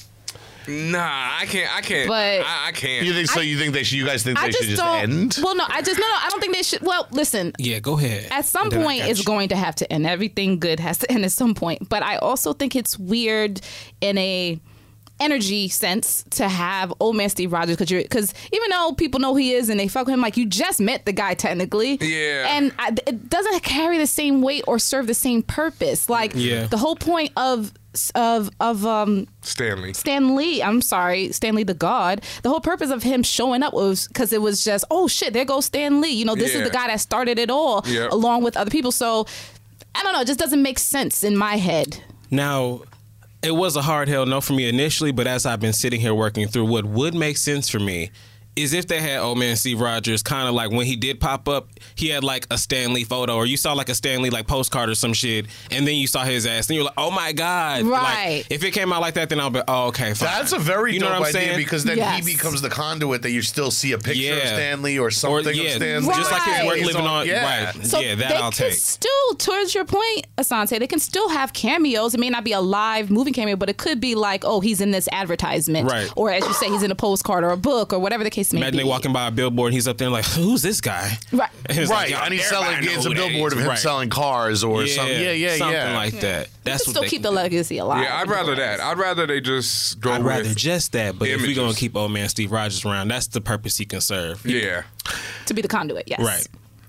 S3: Nah, I can't. I can't.
S1: But-
S3: I, I can't.
S4: You think so? You think they should? You guys think
S1: I
S4: they should
S1: just
S4: just
S1: don't.
S4: end?
S1: Well, no, I just no, no. I don't think they should. Well, listen.
S5: Yeah, go ahead.
S1: At some
S5: And then I
S1: point,
S5: got
S1: it's
S5: you.
S1: going to have to end. Everything good has to end at some point. But I also think it's weird in a energy sense to have old man Steve Rogers because you're because even though people know who he is and they fuck with him, like you just met the guy technically.
S3: Yeah.
S1: and I, it doesn't carry the same weight or serve the same purpose. Like
S5: Yeah.
S1: the whole point of of of um
S3: Stanley.
S1: Stan Lee, I'm sorry, Stan Lee the God, the whole purpose of him showing up was because it was just, oh shit, there goes Stan Lee. You know, this
S3: Yeah.
S1: is the guy that started it all
S3: Yep.
S1: along with other people. So I don't know, it just doesn't make sense in my head.
S5: Now, it was a hard hell no for me initially, but as I've been sitting here working through, what would make sense for me is if they had old man Steve Rogers kind of like when he did pop up, he had like a Stanley photo or you saw like a Stanley like postcard or some shit, and then you saw his ass, and you're like, oh my god, Like,
S1: Right.
S5: if it came out like that, then I'll be oh, okay. Fine.
S4: That's a very
S5: you know
S4: dope
S5: what I'm
S4: idea
S5: saying?
S4: because then
S1: Yes.
S4: he becomes the conduit that you still see a picture of
S5: Yeah.
S4: Stanley or
S5: or
S4: something
S5: yeah,
S4: of Stanley.
S5: just like his
S1: Right.
S5: work living on
S4: Yeah.
S5: right,
S1: So
S5: yeah, that
S1: they
S5: I'll
S1: can
S5: take.
S1: still, towards your point, Asante, they can still have cameos. It may not be a live moving cameo, but it could be like, oh, he's in this advertisement.
S5: Right.
S1: Or as you say, he's in a postcard or a book or whatever the case may
S5: Imagine
S1: be.
S5: they walking by a billboard, and he's up there like, who's this guy?
S1: Right.
S5: And it's like,
S4: Right,
S5: "Yo,
S4: and he's
S5: everybody
S4: selling.
S5: know
S4: It's a
S5: who that
S4: billboard
S5: is."
S4: of him
S5: Right.
S4: selling cars or something. Yeah, yeah,
S5: something
S4: yeah.
S5: like that. That's
S1: Just
S5: what
S1: still
S5: they
S1: keep
S5: can
S1: the
S5: do.
S1: legacy alive.
S3: Yeah, I'd rather that. I'd rather they just go
S5: I'd rather
S3: with-
S5: just that, but if
S3: images.
S5: we're gonna keep old man Steve Rogers around, that's the purpose he can serve.
S3: Yeah.
S1: To be the conduit, yes.
S5: Right.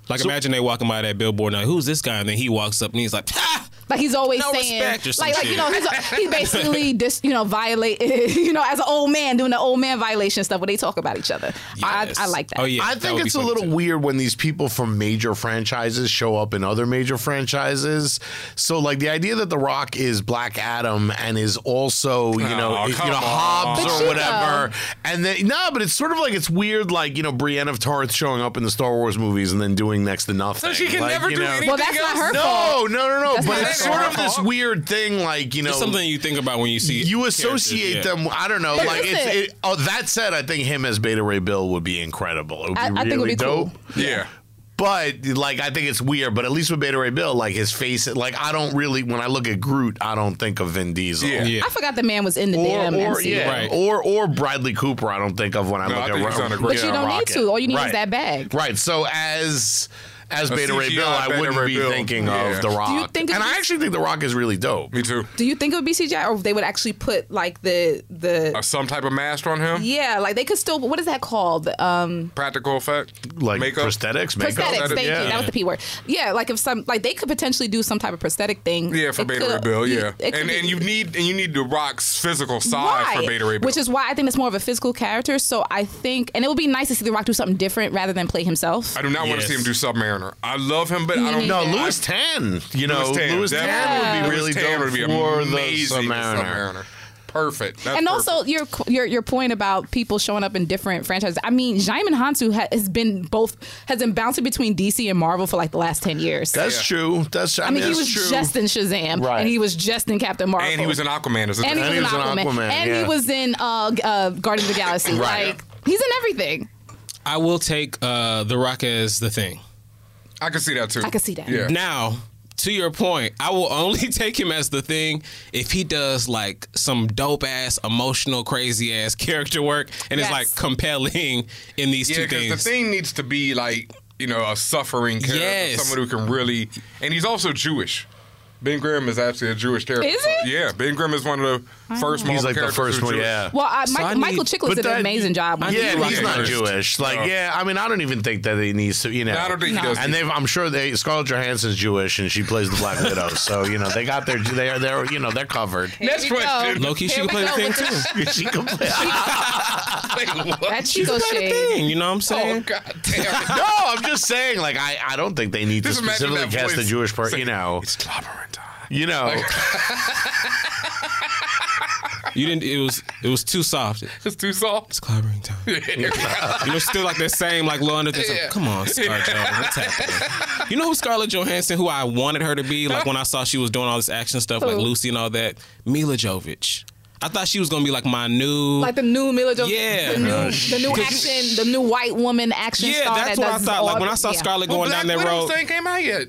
S5: Like imagine they walking by that billboard now, who's this guy? And then he walks up and he's like, ah!
S1: Like he's always
S5: No
S1: saying,
S5: respect or some
S1: like, like you
S5: shit.
S1: know, he's, he's basically dis, you know, violated, you know, as an old man doing the old man violation stuff where they talk about each other.
S5: Yes.
S1: I, I like that.
S5: Oh yeah.
S4: I
S5: that
S4: think
S5: would be
S4: it's a
S5: funny,
S4: little
S5: too.
S4: weird when these people from major franchises show up in other major franchises. So, like the idea that The Rock is Black Adam and is also, you know,
S3: Aw,
S4: you know
S3: Oh, come on.
S4: Hobbs
S1: But
S4: or
S1: you
S4: whatever. And then no, but it's sort of like it's weird, like you know, Brienne of Tarth showing up in the Star Wars movies and then doing next to nothing.
S3: So she can
S4: Like,
S3: never
S4: you
S3: do
S4: know-
S3: anything.
S1: Well, that's not
S3: else?
S1: her fault.
S4: No, no, no, no.
S1: That's
S4: but
S1: not
S4: it's
S1: her
S4: sort of
S3: fault.
S4: this weird thing, like you know,
S5: It's something you think about when you see
S4: you
S5: characters,
S4: associate
S5: yeah.
S4: them. I don't know.
S1: But
S4: like it's,
S1: listen-
S4: it, oh, that said, I think him as Beta Ray Bill would be incredible. It would be
S1: I- I
S4: really
S1: think it would be
S4: dope.
S1: cool.
S3: Yeah.
S4: But like, I think it's weird. But at least with Beta Ray Bill, like his face, like I don't really when I look at Groot, I don't think of Vin Diesel.
S3: Yeah.
S5: Yeah.
S1: I forgot the man was in the
S4: Or,
S1: damn
S4: or
S1: MCU.
S4: yeah,
S5: Right.
S4: or or Bradley Cooper, I don't think of when I
S3: No, I
S4: look at
S3: think he's
S4: Ro-
S3: on a great-
S4: Rocket.
S1: But you don't need to. All you need
S4: Right.
S1: is that bag.
S4: Right. So as as Beta Ray
S3: CGI
S4: Bill, I
S3: Beta
S4: wouldn't
S3: Ray
S4: be
S3: Bill.
S4: thinking
S3: Yeah.
S4: of The Rock.
S1: think it
S4: and
S1: would
S4: I
S1: be-
S4: actually think The Rock is really dope.
S3: Me too.
S1: Do you think it would be CGI or they would actually put like the the
S3: Uh, some type of mask on him.
S1: yeah, like they could still what is that called? Um
S3: Practical effect.
S4: Like
S3: makeup.
S4: prosthetics, makeup.
S1: prosthetics. Thank
S3: yeah.
S1: you. That was the P word. Yeah, like if some like they could potentially do some type of prosthetic thing.
S3: Yeah, for
S1: It
S3: Beta
S1: could-
S3: Ray Bill. Yeah,
S1: it could
S3: and
S1: be-
S3: and you need and you need the Rock's physical side for Beta Ray Bill.
S1: Which is why I think that's more of a physical character. So I think, and it would be nice to see The Rock do something different rather than play himself.
S3: I do not want to
S5: Yes.
S3: see him do Submariner. I love him, but I don't
S4: No,
S3: I-
S4: Louis Tan. You know,
S3: Louis Tan,
S4: Louis Tan,
S3: definitely.
S4: would be
S3: Louis
S4: really
S3: Tan
S4: dope
S3: would be
S4: for the
S3: amazing as
S4: Submariner.
S3: Submariner. Perfect. That's
S1: and
S3: perfect.
S1: also your your your point about people showing up in different franchises. I mean, Jaimin Hansu ha- has been both has been bouncing between DC and Marvel for like the last ten years.
S4: That's true. That's
S1: I mean, he
S4: that's
S1: was
S4: true.
S1: just in Shazam,
S4: Right.
S1: and he was just in Captain Marvel,
S3: and he was in Aquaman. Is
S1: and he was in
S4: was in
S1: Aquaman,
S4: Aquaman,
S1: and
S4: yeah.
S1: he was in uh, g- uh, Guardians of the Galaxy.
S4: Right.
S1: Like he's in everything.
S5: I will take uh, the rock as the thing.
S3: I can see that too.
S1: I can see that.
S3: Yeah.
S5: Now, to your point, I will only take him as the thing if he does like some dope ass, emotional, crazy ass character work and
S1: Yes.
S5: is like compelling in these
S3: yeah,
S5: two things.
S3: because the thing needs to be like you know a suffering character,
S5: Yes.
S3: someone who can really. And he's also Jewish. Ben Grimm is actually a Jewish character.
S1: Is he? Oh.
S3: Yeah, Ben Grimm is one of the first. Marvel
S4: He's like the
S3: characters
S4: first
S3: who's
S4: one,
S3: Jewish.
S4: yeah.
S1: Well, uh,
S5: So
S1: Michael,
S5: I need-
S1: Michael Chiklis
S4: but
S1: did an
S4: that-
S1: amazing job. on
S4: Yeah,
S1: Rocket.
S4: and he's not
S3: first.
S4: Jewish. Like, yeah, I mean, I don't even think that he needs to. You know,
S3: I don't think he No. does
S4: And they've, I'm sure they Scarlett Johansson's Jewish and she plays the Black Widow, so you know they got their they're they're you know they're covered.
S3: Next
S1: we go.
S3: question.
S5: Low key, she
S1: Here
S5: can
S1: we
S5: play the
S1: go
S5: thing
S1: with
S5: too.
S4: she can play.
S3: Wait, what?
S1: That Chico
S5: Play the
S1: shade.
S5: thing, you know what I'm
S3: Oh
S5: saying?
S3: God damn it.
S4: No, I'm just saying. Like, I, I don't think they need
S3: Just
S4: to
S3: imagine
S4: specifically
S3: that
S4: cast a
S3: voice.
S4: Jewish person. You know,
S3: It's clobbering time.
S4: you know.
S5: You didn't. It was it was too soft.
S3: It's too soft.
S5: It's clobbering time. You know, still like that same like low under. thing. It's like,
S3: Yeah.
S5: Come on, Scarlett. Johansson, What's happening? You know who Scarlett Johansson, who I wanted her to be, like when I saw she was doing all this action stuff, like
S1: Who?
S5: Lucy and all that. Mila Jovovich. I thought she was gonna be like my new.
S1: Like the new Mila Jovovich,
S5: Yeah.
S1: the new,
S5: Oh,
S1: the new action, the new white woman action
S5: yeah,
S1: star.
S5: that's
S1: that
S5: what I
S1: does
S5: thought.
S1: all-
S5: Like when I saw
S1: yeah.
S5: Scarlett
S3: Well,
S5: going
S3: Black
S5: down that
S3: Widow's
S5: road,
S3: thing came out yet.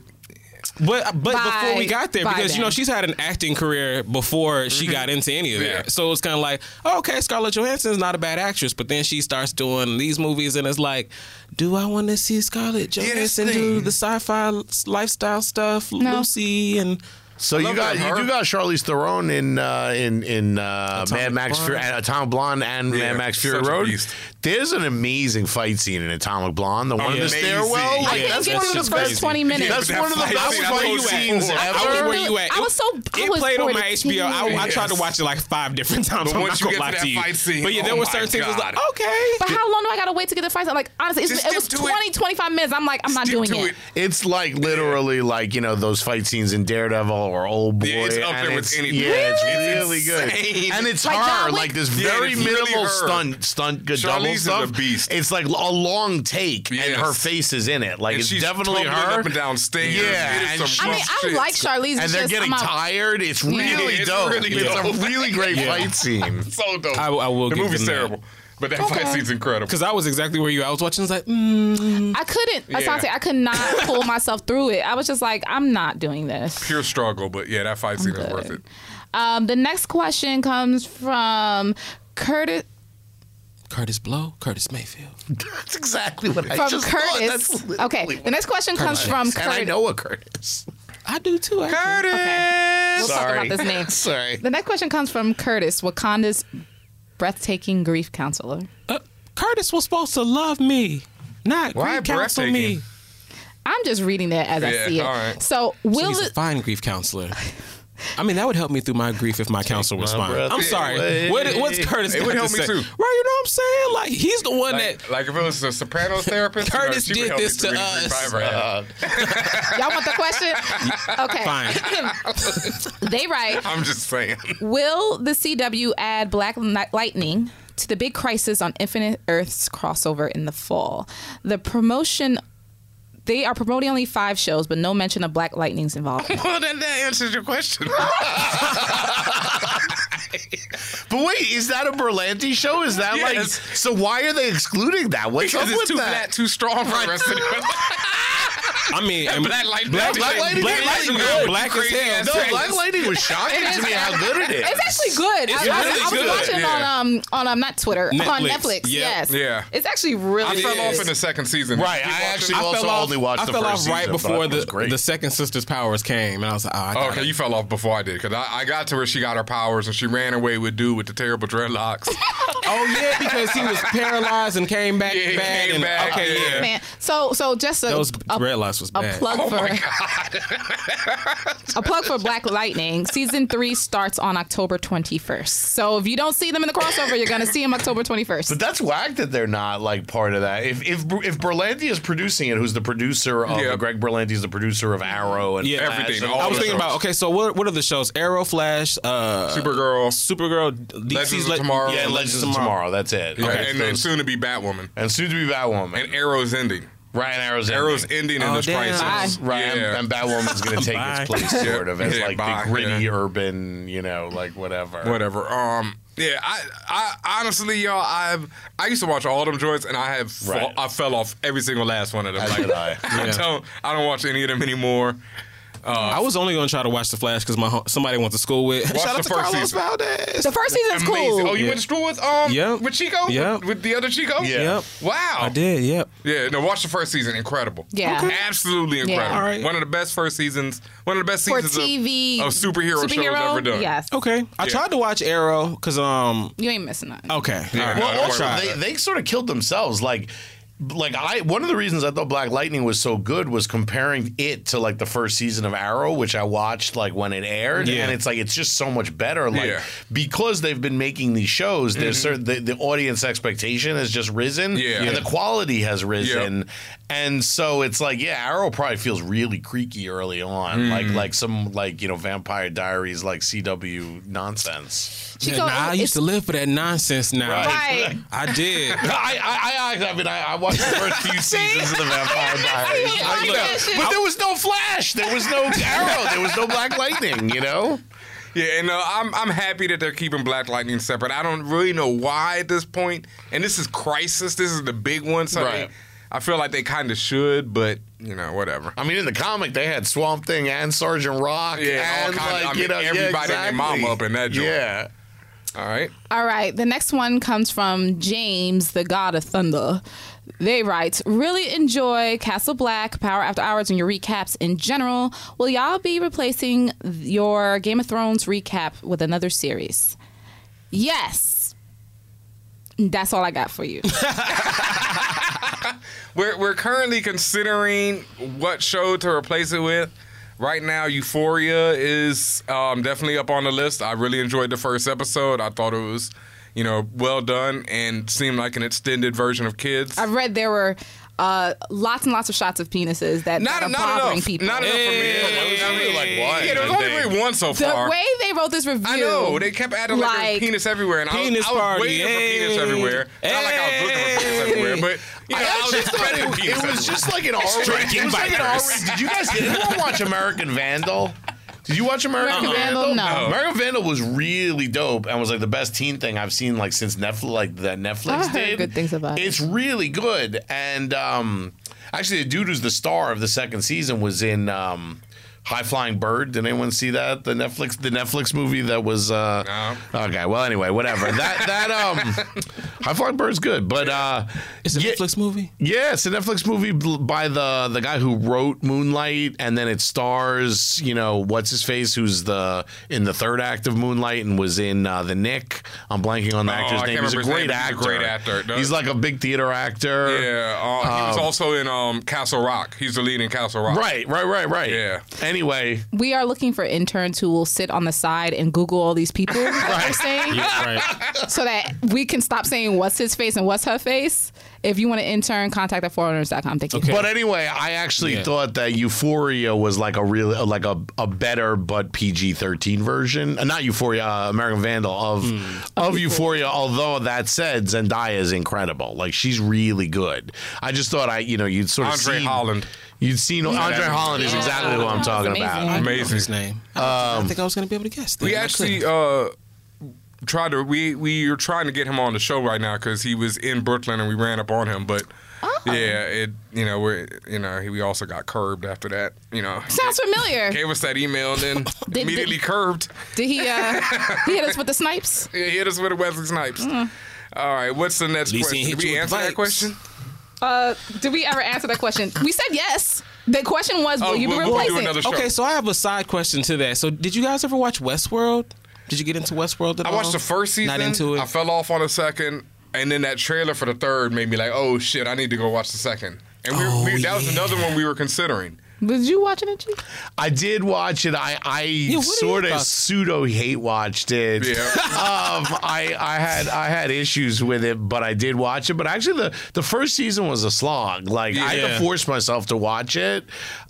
S5: But but
S1: By-
S5: before we got there,
S1: by
S5: because you know
S1: then.
S5: she's had an acting career before she got into any of that,
S3: Mm-hmm. Yeah.
S5: so it's kind of like oh, okay, Scarlett Johansson's not a bad actress, but then she starts doing these movies, and it's like, do I want to see Scarlett
S3: this
S5: Johansson do
S3: thing.
S5: the sci-fi lifestyle stuff, Lucy and
S4: So you
S3: love
S4: got
S3: that,
S4: you
S3: her.
S4: do got Charlize Theron in uh, in in uh, Mad Max
S5: Blonde.
S4: Fury, uh, Atomic Blonde and
S3: Yeah,
S4: Mad Max Fury
S3: such a
S4: Road.
S3: beast.
S4: There's an amazing fight scene in Atomic Blonde. The one in the
S3: Amazing.
S4: stairwell.
S3: I
S4: Like,
S5: Yeah,
S1: I
S4: that's
S1: didn't
S5: that's
S1: get through
S5: just
S1: the first
S5: crazy.
S1: 20 minutes.
S4: that's
S3: that
S4: one of the
S3: fight
S4: best
S3: scene, I
S4: fight
S3: was like,
S4: scenes
S3: "Whoa." I
S4: ever.
S3: was
S5: where you at?
S1: I
S5: It-
S1: was so I
S5: It
S1: was
S5: played on my
S1: 14.
S5: HBO. I, I tried to
S3: Yes.
S5: watch it like five different times.
S3: But
S5: I'm
S3: once
S5: not
S3: you get
S5: gonna
S3: to
S5: lie
S3: that
S5: to you.
S3: fight scene,
S5: But yeah,
S3: oh
S5: there were
S3: my
S5: certain things. It was like
S3: God.
S5: okay.
S1: But how long do I gotta wait to get the fight? Like honestly, it's,
S3: Just
S1: it was
S3: stick to it.
S1: 20, 25 minutes. I'm like, I'm not
S3: Stick
S1: doing
S3: to
S1: it.
S3: it.
S4: It's like literally like you know those fight scenes in Daredevil or Old Boy.
S3: Yeah, it's up
S4: and
S3: there with
S4: it's-
S3: anything.
S4: Yeah, it's
S3: Really?
S4: really good,
S3: Insane.
S4: and it's
S1: Like John
S4: her
S1: Wick?
S4: like this
S3: Yeah,
S4: very
S3: it's really
S4: minimal
S3: her.
S4: stunt stunt good
S3: Charlize
S4: double
S3: is
S4: stuff.
S3: a beast.
S4: It's like a long take, and
S3: Yes.
S4: her face is in it. Like
S3: And
S4: it's
S3: she's
S4: definitely
S3: tumbling
S4: her
S3: up and down stairs.
S4: Yeah,
S3: It is
S4: and
S3: some
S4: she-
S1: I mean,
S3: rough
S1: I
S3: shit.
S1: like Charlize.
S4: and
S1: it's
S4: they're
S1: just,
S4: getting
S1: I'm out.
S4: tired. It's really
S3: it's
S4: dope.
S3: really
S4: it's
S3: dope.
S4: a really great fight scene.
S3: so dope.
S5: I- I will
S3: The
S5: give
S3: movie's
S5: them that.
S3: terrible, but that fight scene's incredible.
S5: Because I was exactly where you. I was watching. It's like mm,
S1: I couldn't,
S3: Yeah.
S1: Asante. I could not pull myself through it. I was just like, I'm not doing this.
S3: Pure struggle, but yeah, that fight scene is worth it.
S1: Um, the next question comes from Curtis.
S5: Curtis Blow, Curtis Mayfield.
S4: That's exactly what I
S1: From
S4: just thought. That's
S1: Curtis.
S4: literally
S1: Okay.
S4: what-
S1: The next question comes from
S4: and I
S1: Curtis.
S4: know a Curtis.
S5: I do too. Actually.
S1: Okay. We'll
S4: Sorry.
S1: talk about this name.
S4: Sorry.
S1: The next question comes from Curtis, Wakanda's breathtaking grief counselor.
S5: Uh, Curtis was supposed to love me, not
S3: Why
S5: grief counsel
S3: breathtaking?
S5: me.
S1: I'm just reading that as I
S3: Yeah,
S1: see it.
S3: all right.
S1: So will
S5: He's a
S1: the,
S5: fine grief counselor. I mean, that would help me through my grief if my counselor was fine.
S4: breath
S5: I'm sorry.
S4: away.
S5: What, what's Curtis?
S3: It would
S5: got
S3: help me
S5: to say?
S3: too.
S5: Right? You know what I'm saying? Like he's the one
S3: Like,
S5: that.
S3: like if it was a Sopranos therapist, you know,
S5: Curtis
S3: she would
S5: did
S3: help me
S5: this
S3: through
S5: to
S3: any grief
S5: us.
S3: I ever had.
S1: y'all want the question? Okay. they write.
S3: I'm just saying.
S1: Will the CW add Black Ni- Lightning to the big crisis on Infinite Earth's crossover in the fall? The promotion. They are promoting only five shows, but no mention of Black Lightning's involvement.
S3: well, then that answers your question.
S4: But wait, is that a Berlanti show? Is that like?
S3: Yes.
S4: So why are they excluding that? What's
S3: Because
S4: up
S3: it's
S4: with
S3: too
S4: that?
S3: flat, too strong for the rest of the
S5: I mean, and
S3: Black Lightning.
S5: Black,
S4: Black Lightning-
S5: Black
S4: Black Lightning
S5: Lightning-
S4: good.
S5: black as
S3: Crazy
S5: hell.
S3: ass
S4: no,
S3: Black
S4: Black Lightning was shocking to me how good it is.
S1: It's actually good. I, I-
S5: really
S1: I was
S5: good,
S1: watching
S3: yeah.
S1: on um on um not Twitter on
S5: Netflix,
S1: Netflix.
S5: yeah,
S1: Yes.
S3: yeah.
S1: It's actually really.
S3: I fell
S1: good.
S3: off in the second season.
S4: Right,
S3: Keep
S4: I
S3: watching.
S4: actually-
S5: I
S4: also
S5: fell off,
S4: only watched
S5: I
S4: the
S5: felt
S4: first
S5: off right
S4: season, but I thought
S5: before
S4: it was
S5: the,
S4: great.
S5: the second sister's powers came, and I was like, oh, I
S3: Oh,
S5: got
S3: okay, you fell off before I did because I, I got to where she got her powers and she ran away with dude with the terrible dreadlocks.
S5: Oh yeah, because he was paralyzed and came back
S3: Yeah, he
S5: bad.
S3: came
S5: and,
S3: back,
S5: okay,
S3: yeah.
S5: yeah.
S1: man. So so just a,
S5: Those
S1: a,
S5: red lights was
S1: a
S5: bad.
S1: plug
S3: Oh
S1: for a plug for Black Lightning. Season three starts on October twenty first. So if you don't see them in the crossover, you're gonna see them October twenty first.
S4: But that's whack that they're not like part of that. If if if Berlanti is producing it, who's the producer of
S3: Yeah.
S4: Greg Berlanti is the producer of Arrow and
S5: Yeah.
S4: Flash
S3: Everything,
S4: and
S3: all
S5: I
S4: all
S5: was
S3: the
S5: thinking
S3: shows.
S5: about okay, so what what are the shows? Arrow, Flash, uh,
S3: Supergirl.
S5: Supergirl, DC's
S3: Legends of
S5: Le-
S3: Tomorrow.
S4: yeah,
S5: yeah,
S4: Legends of Tomorrow. That's it.
S3: Yeah,
S4: Okay,
S3: and,
S4: so-
S3: and soon to be Batwoman.
S4: and soon to be Batwoman.
S3: And Arrow's ending.
S4: Ryan Arrow's
S3: Arrow's
S4: ending.
S3: ending in
S5: Oh,
S3: this
S5: damn.
S3: crisis.
S4: Right, and-
S3: Yeah.
S4: and Batwoman's going to take
S5: Bye.
S4: its place, sort of, as
S3: Yeah,
S4: like
S3: bye,
S4: the gritty
S3: yeah.
S4: urban, you know, like whatever.
S3: whatever. Um, yeah, I, I honestly, y'all, I, I used to watch all them joints, and I have, fa-
S4: Right.
S3: I fell off every single last one of them.
S4: As
S3: Like,
S4: did I.
S3: I don't, I don't watch any of them anymore.
S5: I was only gonna try to watch the Flash because my hom- somebody went to school with.
S3: Watch
S5: Shout
S3: the
S5: out to
S3: first
S5: Carlos
S3: season.
S5: Valdez.
S1: the first season's
S3: Amazing.
S1: cool.
S3: Oh, you
S5: Yeah.
S3: went to school with um,
S5: Yep.
S3: with Chico,
S5: Yep.
S3: with, with the other Chico.
S4: Yeah.
S5: Yep,
S3: Wow.
S5: I did. Yep.
S3: Yeah, no, watch the first season. Incredible.
S1: Yeah. Okay.
S3: Absolutely incredible.
S1: All
S5: right.
S3: One of the best first seasons, one of the best
S1: for
S3: seasons
S1: TV
S3: of, of superhero, shows
S1: superhero?
S3: ever done.
S1: Yes.
S5: Okay, I
S3: Yeah.
S5: tried to watch Arrow because um.
S1: You ain't missing nothing.
S5: Okay.
S3: Yeah,
S5: all right.
S3: no,
S4: Well,
S3: don't worry
S4: also
S3: about
S4: they,
S3: that.
S4: they sort of killed themselves. Like, like I one of the reasons I thought Black Lightning was so good was comparing it to like the first season of Arrow, which I watched like when it aired,
S5: Yeah.
S4: and it's like it's just so much better. Like
S3: Yeah. Mm-hmm.
S4: because they've been making these shows, there's certain the, the audience expectation has just risen,
S3: Yeah.
S4: and the quality has risen, and so it's like yeah, Arrow probably feels really creaky early on,
S3: Mm-hmm.
S4: like like some like you know Vampire Diaries like CW nonsense.
S1: Chico,
S5: Nah, I
S1: it's-
S5: used to live for that nonsense. Now
S1: Right.
S5: I did.
S4: I, I, I, I mean, I, I watched the first few seasons of the Vampire Diaries.
S1: I
S4: I
S1: watched
S4: mean,
S1: that shit.
S4: but there was no Flash, there was no Arrow, there was no Black Lightning. You know,
S3: Yeah, and uh, I'm I'm happy that they're keeping Black Lightning separate. I don't really know why at this point, and this is Crisis. This is the big one. So I mean,
S4: Right.
S3: I feel like they kind of should, but you know, whatever.
S4: I mean, in the comic, they had Swamp Thing and Sergeant Rock.
S3: Yeah, all
S4: and
S3: kinda-
S4: like,
S3: I
S4: you
S3: mean,
S4: know, yeah,
S3: everybody and their
S4: exactly.
S3: mama up in that joint.
S4: Yeah.
S3: All right.
S1: All right, the next one comes from James, the God of Thunder. They write, really enjoy Castle Black, Power After Hours, and your recaps in general. Will y'all be replacing your Game of Thrones recap with another series? Yes. That's all I got for you.
S3: We're we're currently considering what show to replace it with. Right now, Euphoria is um, definitely up on the list. I really enjoyed the first episode. I thought it was, you know, well done and seemed like an extended version of Kids.
S1: I've read there were uh, lots and lots of shots of penises that, that
S3: not
S1: are
S3: not
S1: bothering
S3: enough.
S1: people.
S3: Not enough for me.
S4: Hey.
S3: I mean,
S4: Like one,
S3: Yeah, there was
S4: I
S3: only
S4: think.
S3: really one so
S1: the
S3: far.
S1: way they wrote this review.
S3: I know they kept adding like, there was
S1: Like-
S3: penis everywhere, and
S5: Penis
S3: I was, I was
S5: party,
S3: waiting for penis
S5: hey.
S3: everywhere. Not like I was looking for penis
S5: Hey.
S3: everywhere, but you know, I, was
S4: just thought
S3: expecting
S4: it,
S3: penis.
S4: it was
S3: everywhere.
S4: just like an R. It was like an R. Did you guys did anyone watch American Vandal? Did you watch American
S1: American
S4: Vandal?
S1: Vandal, no.
S4: American Vandal was really dope and was like the best teen thing I've seen like since Netflix, like that Netflix
S1: I heard
S4: did.
S1: good things about it.
S4: It's really good, and um, actually, the dude who's the star of the second season was in um, High Flying Bird. Did anyone see that? The Netflix, the Netflix movie that was. Uh,
S3: No.
S4: Okay, well, anyway, whatever. That that um, High Flying Bird's good, but uh,
S5: It's a
S4: yeah-
S5: Netflix movie.
S4: yeah, it's a Netflix movie bl- by the the guy who wrote Moonlight, and then it stars you know what's his face, who's the in the third act of Moonlight and was in uh, the Nick. I'm blanking on the
S3: Oh,
S4: actor's
S3: I
S4: name.
S3: can't
S4: He's a
S3: remember his name,
S4: great
S3: but
S4: actor.
S3: he's a great actor. No.
S4: He's like a big theater actor.
S3: Yeah, uh, he was also in um, Castle Rock. He's the lead in Castle Rock.
S4: Right, right, right, right.
S3: Yeah.
S4: Anyway,
S1: we are looking for interns who will sit on the side and Google all these people that we're saying, so that we can stop saying what's his face and what's her face. If you want to intern, contact at foreigners.com. Thank you.
S5: Okay.
S4: But anyway, I actually
S5: Yeah.
S4: thought that Euphoria was like a really like a, a better but PG thirteen version, uh, not Euphoria, uh, American Vandal of
S3: Hmm.
S4: of Euphoria. Although that said, Zendaya is incredible. Like she's really good. I just thought I you know you'd sort of
S3: Andre
S4: seen,
S3: Holland.
S4: You'd seen Andre
S3: Yeah.
S4: Holland is
S1: Yeah.
S4: exactly who I'm
S1: That was
S4: talking
S1: amazing.
S4: about.
S5: What's his
S3: Amazing. Um,
S5: name? I don't think I was going to be able to guess.
S3: We
S5: Damn, I
S3: actually
S5: couldn't.
S3: uh, tried to we we are trying to get him on the show right now because he was in Brooklyn and we ran up on him, but.
S1: Oh.
S3: Yeah, it you know we're you know he, we also got curbed after that you know
S1: Sounds familiar.
S3: gave us that email and then
S1: did-
S3: immediately curbed
S1: Did he? Uh, he hit us with the snipes.
S3: Yeah, hit us with a Wesley Snipes.
S1: Mm.
S3: All right, what's the next
S5: At least he
S3: question?
S5: ain't
S3: Did
S5: hit you
S3: we
S5: with
S3: answer
S5: the
S3: that
S5: vapes.
S3: question?
S1: Uh, did we ever answer that question? We said yes. The question was, will
S3: Oh,
S1: you be
S3: we'll, we'll do
S1: replacing?
S3: another show.
S5: Okay, so I have a side question to that. So, did you guys ever watch Westworld? Did you get into Westworld at
S3: I
S5: all?
S3: watched the first season.
S5: Not into it.
S3: I fell off on the second, and then that trailer for the third made me like, oh shit, I need to go watch the second. And we, were-
S5: Oh,
S3: we, that was another one we were considering.
S1: Did you watch it? Angie?
S4: I did watch it. I I
S5: what are
S4: sort
S5: your
S4: of
S5: thoughts?
S4: pseudo hate watched it.
S3: Yeah.
S4: um, I, I had I had issues with it, but I did watch it. But actually, the the first season was a slog. Like I had
S5: Yeah.
S4: to force myself to watch it.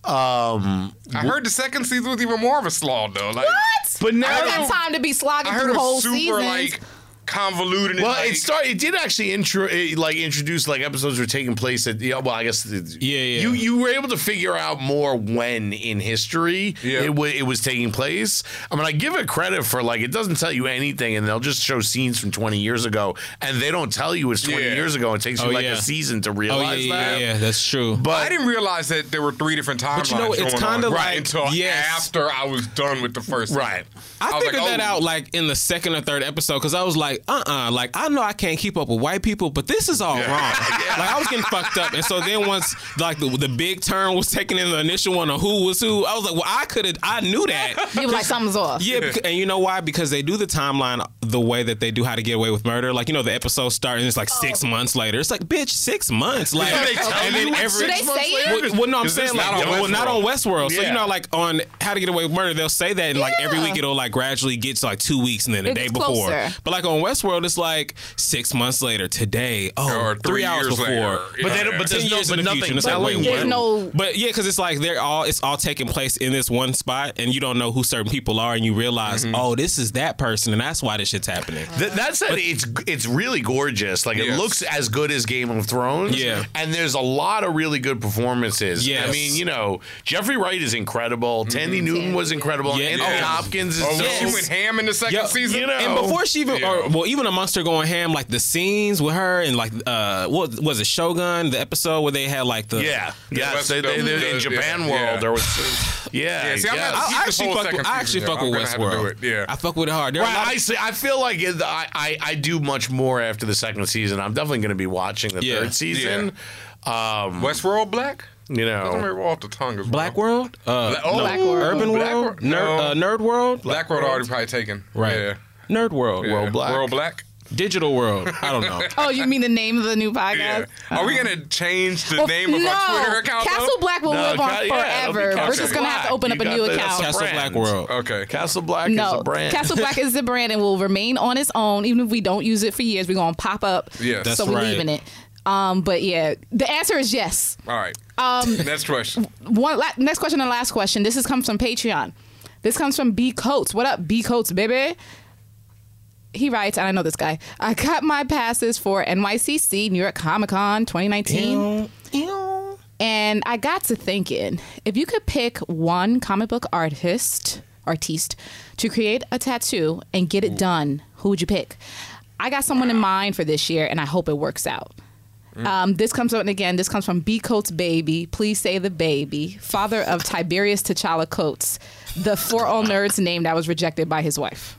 S4: Um,
S3: I heard the second season was even more of a slog though. Like,
S1: What?
S4: But now-
S1: I don't got time to be slogging
S3: I heard
S1: through
S3: it
S1: whole
S3: was super
S1: seasons.
S3: like convoluted. and,
S4: well,
S3: like,
S4: it started. It did actually intro, it, like introduce like episodes were taking place at. You know, well, I guess it's-
S5: Yeah, yeah.
S4: You you were able to figure out more when in history
S3: Yeah.
S4: it, w- it was taking place. I mean, I give it credit for like it doesn't tell you anything, and they'll just show scenes from twenty years ago, and they don't tell you it's twenty
S3: Yeah.
S4: years ago. It takes you
S5: Oh,
S4: like
S5: yeah.
S4: a season to
S5: Oh yeah,
S4: realize
S5: yeah,
S4: that.
S5: yeah, yeah, that's true.
S4: But
S3: I didn't realize that there were three different timelines.
S5: But you know, it's
S3: going on,
S5: kinda
S3: right
S5: like-
S3: until
S5: yes.
S3: after I was done with the first. season.
S4: Right.
S5: I,
S3: was like,
S5: figured that
S3: oh,
S5: out like in the second or third episode because I was like, uh uh like I know I can't keep up with white people, but this is all wrong. Like I was getting fucked up. And so then once like the, the big turn was taken in the initial one of who was who, I was like, well, I could have, I knew that.
S1: you were like something's off.
S5: Yeah, becau- and you know why? Because they do the timeline the way that they do How to Get Away with Murder. Like you know, the episode starts and it's
S1: Oh.
S5: like six months later. It's like, bitch, six months. Like,
S4: they tell
S5: and
S4: you
S5: then
S4: it's
S5: every
S1: Do they say it?
S5: Well, well, no, I'm
S4: 'Cause
S5: saying
S4: it's
S5: like
S4: not on
S5: well, not on Westworld. So
S4: Yeah.
S5: you know, like on How to Get Away with Murder, they'll say that, and like every
S1: Yeah.
S5: week it'll like gradually get to like two weeks and then the
S1: It
S5: day
S1: gets
S5: before.
S1: closer.
S5: But like on Westworld, it's like six months later today. Oh,
S3: Or
S5: three
S3: three
S5: hours
S3: years
S5: before.
S3: later.
S4: but they
S3: Yeah.
S4: don't, but
S5: Ten
S4: there's no
S5: years
S4: but
S5: in the future,
S4: nothing
S5: and it's like,
S4: telling
S5: wait,
S4: you.
S1: There's no
S5: But yeah, because it's like they're all it's all taking place in this one spot, and you don't know who certain people are, and you realize, oh, this is that person, and that's why this shit's happening.
S4: Th- that's it. It's it's really gorgeous. Like it
S3: Yes.
S4: looks as good as Game of Thrones.
S5: Yeah.
S4: and there's a lot of really good performances.
S5: Yes.
S4: I mean, you know, Jeffrey Wright is incredible. Tandy Newton was incredible.
S5: Yeah.
S4: Anthony
S5: Yeah.
S4: Hopkins is
S3: Oh,
S4: dope.
S3: when she went ham in the second
S5: Yo,
S3: season.
S4: you know,
S5: And before she even,
S3: Oh, Yeah.
S5: or, well, even amongst her going ham, like the scenes with her and like uh, what was it Shogun? The episode where they had like the
S4: Yeah, yeah.
S3: West-
S4: They, they, they,
S3: the-
S4: in Japan
S3: yeah,
S4: world,
S3: yeah.
S4: there was. Yeah,
S3: Yeah, see, I'm
S4: yes.
S3: not-
S5: I, I
S3: Keep the
S5: actually
S3: whole
S5: fuck with,
S3: second
S5: I actually
S3: season.
S5: fuck
S3: I'm
S5: with
S3: gonna have to do
S5: Westworld.
S3: it, yeah.
S5: I fuck with it hard. There are a
S4: Right,
S5: lot of-
S4: I see. I feel like it, I, I I do much more after the second season. I'm definitely going to be watching the
S5: Yeah,
S4: third season. Um,
S3: Westworld Black?
S4: you
S3: Doesn't
S4: know,
S3: roll off the tongue as well.
S5: Oh. Black World, uh,
S3: Bla- oh,
S5: no,
S3: Black World.
S5: Urban
S3: Black
S5: World,
S3: World?
S5: Nerd,
S3: No.
S5: uh, Nerd World,
S3: Black World already probably taken.
S5: right?
S3: Yeah.
S5: Nerd World,
S3: Yeah.
S5: World Black,
S3: World Black.
S5: Digital World. I don't know.
S1: Oh, you mean the name of the new podcast?
S3: Yeah. Are we gonna change the name of
S1: Oh, no,
S3: our Twitter account?
S1: Castle Black will
S4: No,
S1: live on
S4: Ca- yeah, it'll be
S1: forever. We're
S4: Castle
S1: just gonna have to
S4: Black.
S1: open up
S4: You
S1: a
S4: got
S1: new
S4: the- that's
S1: account.
S4: a
S5: Castle
S4: brand.
S5: Black World.
S3: though? Okay.
S4: Castle Black is
S1: no,
S4: a brand.
S1: Castle Black is the brand and will remain on its own, even if we don't use it for years. We're gonna pop up.
S3: Yes. That's
S1: so we're
S5: right.
S1: leaving it. Um, but yeah, the answer is yes.
S3: All right. Um, Next question.
S1: One la- next question and last question. This is comes from Patreon. This comes from B Coates. What up, B Coates, baby? He writes, and I know this guy. I got my passes for NYCC New York Comic Con 2019. And I got to thinking if you could pick one comic book artist, artiste, to create a tattoo and get it done, who would you pick? I got someone in mind for this year, and I hope it works out. Um, this comes out, and again, this comes from B. Coates Baby. Please say the baby, father of Tiberius T'Challa Coates, the for all nerds name that was rejected by his wife.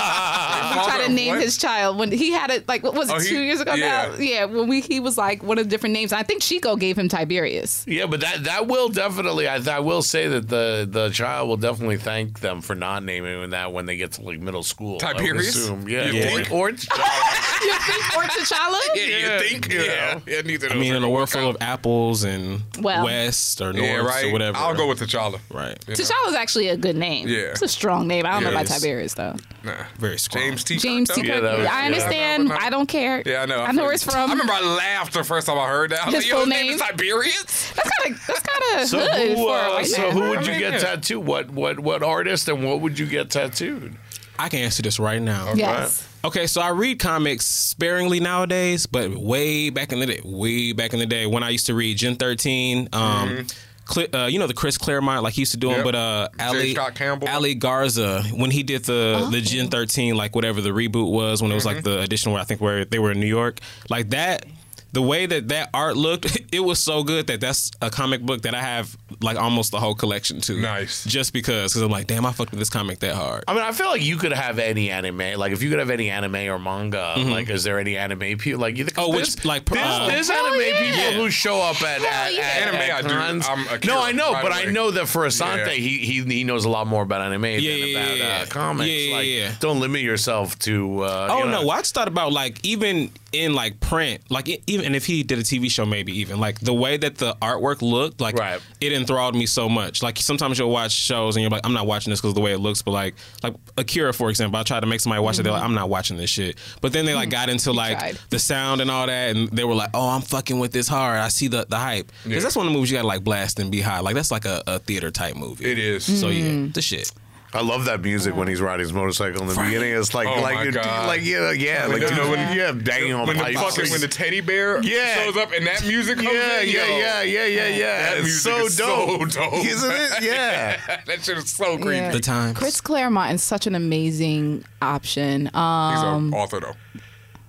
S3: Father
S1: Try to
S3: of
S1: name
S3: what?
S1: his child when he had it like what was it
S3: Oh, he-
S1: two years ago
S3: yeah.
S1: now? Yeah, when we he was like one of the different names. I think Chico gave him Tiberius.
S4: Yeah, but that that will definitely. I, I will say that the the child will definitely thank them for not naming him that when they get to like middle school. I would
S3: Tiberius?
S4: assume. yeah,
S3: You think?
S4: or, or T'Challa.
S1: you think or T'Challa?
S3: Yeah, you think? Yeah. yeah neither of
S5: I
S3: those
S5: mean,
S3: are
S5: in a
S3: gonna
S5: world
S3: work
S5: full
S3: out.
S5: of apples and
S1: Well.
S5: West or North
S3: yeah, right.
S5: or whatever.
S3: I'll go with T'Challa.
S5: right.
S1: T'Challa's actually a good name.
S3: Yeah.
S1: It's a strong name. I don't know
S5: Yeah,
S1: about
S5: it is.
S1: Tiberius though.
S3: Nah.
S5: Very strong.
S3: James T.
S1: James
S3: Kirk,
S1: T.
S3: though?
S1: Kirk.
S4: that was-
S1: I
S4: yeah.
S1: understand.
S3: Yeah.
S1: I don't care.
S3: Yeah, I know.
S1: I know where it's from.
S3: I remember I laughed the first time I heard that. I was
S1: His
S3: like, yo,
S1: full
S3: his name
S1: name?
S3: is Tiberius?
S1: That's kind of that's kind of
S4: So
S1: hood
S4: who?
S1: for a
S4: Uh,
S1: white
S4: so
S1: man.
S4: who would
S3: I
S4: you
S3: mean,
S4: get
S3: yeah.
S4: tattooed? What what what artist and what would you get tattooed?
S5: I can answer this right now.
S1: Yes.
S5: Okay, so I read comics sparingly nowadays, but way back in the day, way back in the day when I used to read Gen 13, um, Cl- uh, you know the Chris Claremont, like he used to do him,
S3: Mm-hmm. Yep.
S5: but uh,
S3: J.
S5: Ali,
S3: Scott Campbell.
S5: Ali Garza, when he did the the Gen 13, like whatever the reboot was, when it was like
S3: Mm-hmm.
S5: the edition where I think where they were in New York, like that. The way that that art looked, it was so good that that's a comic book that I have like almost the whole collection to.
S3: Nice.
S5: Just because, because I'm like, damn, I fucked with this comic that hard.
S4: I mean, I feel like you could have any anime. Like, if you could have any anime or manga, like, is there any anime people? Like, you think,
S5: Mm-hmm. Oh,
S4: there's-
S5: which, like,
S4: there's,
S5: uh,
S4: there's anime people who show up at, at,
S1: yeah.
S4: at-
S3: Anime,
S4: at
S3: I do.
S4: cons.
S3: I'm a
S4: no,
S3: cure,
S4: I know,
S3: by
S4: but
S3: the
S4: I
S3: way.
S4: know that for Asante,
S3: Yeah.
S4: he, he he knows a lot more about anime
S5: Yeah,
S4: than
S5: yeah,
S4: about
S5: yeah.
S4: Uh, comics.
S5: Yeah, yeah,
S4: like,
S5: yeah.
S4: don't limit yourself to. Uh,
S5: Oh
S4: you know,
S5: no! Well, I just thought about like even in like print, like e- even and if he did a TV show, maybe even like the way that the artwork looked, like
S4: Right.
S5: it enthralled me so much. Like sometimes you'll watch shows and you're like, I'm not watching this because the way it looks. But like like Akira, for example, I tried to make somebody watch it. They're like, I'm not watching this shit. But then they like got into like
S1: Mm-hmm. tried.
S5: the sound and all that, and they were like, Oh, I'm fucking with this hard. I see the the hype because
S3: Yeah.
S5: that's one of the movies you got to like blast and be high. Like that's like a, a theater type movie.
S3: It is.
S5: So yeah,
S1: Mm.
S5: the shit.
S4: I love that music when he's riding his motorcycle in the beginning. It's like,
S3: Oh, my
S4: like,
S3: God.
S4: like, yeah, yeah, like,
S3: you
S4: you
S3: know,
S4: know, when, yeah, banging on
S3: When the
S4: pipes.
S3: fucking when the teddy bear
S4: Yeah.
S3: shows up and that music comes
S4: yeah,
S3: in,
S4: yeah,
S3: yo,
S4: yeah, yeah, yeah, yeah.
S3: That
S4: It's
S3: music
S4: so
S3: is
S4: dope,
S3: so dope.
S4: isn't it? Yeah.
S3: that shit is so creepy.
S1: Yeah.
S5: The times.
S1: Chris Claremont is such an amazing option. Um,
S3: He's an author though.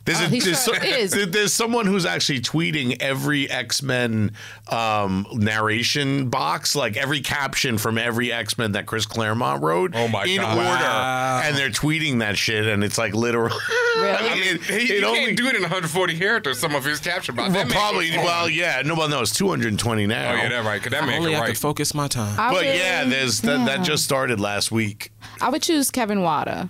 S4: There's,
S1: Oh,
S4: a,
S1: he
S4: there's,
S1: sure
S4: so-
S1: is.
S4: there- there's someone who's actually tweeting every X Men um, narration box, like every caption from every X Men that Chris Claremont wrote
S3: Oh my
S4: in
S3: God.
S4: order.
S5: Wow.
S4: And they're tweeting that shit, and it's like literally. I mean,
S3: He,
S4: it
S3: he
S4: only.
S3: can't do it in 140 characters. Some of his capture box.
S4: well, probably. Well, yeah. No, well, no, it's 220 now.
S3: Oh yeah, that right. Cause that man
S5: Only
S3: can
S5: I could
S3: write.
S5: focus my time.
S1: I
S4: But
S1: would-
S4: yeah, there's that, that just started last week.
S1: I would choose Kevin Wada.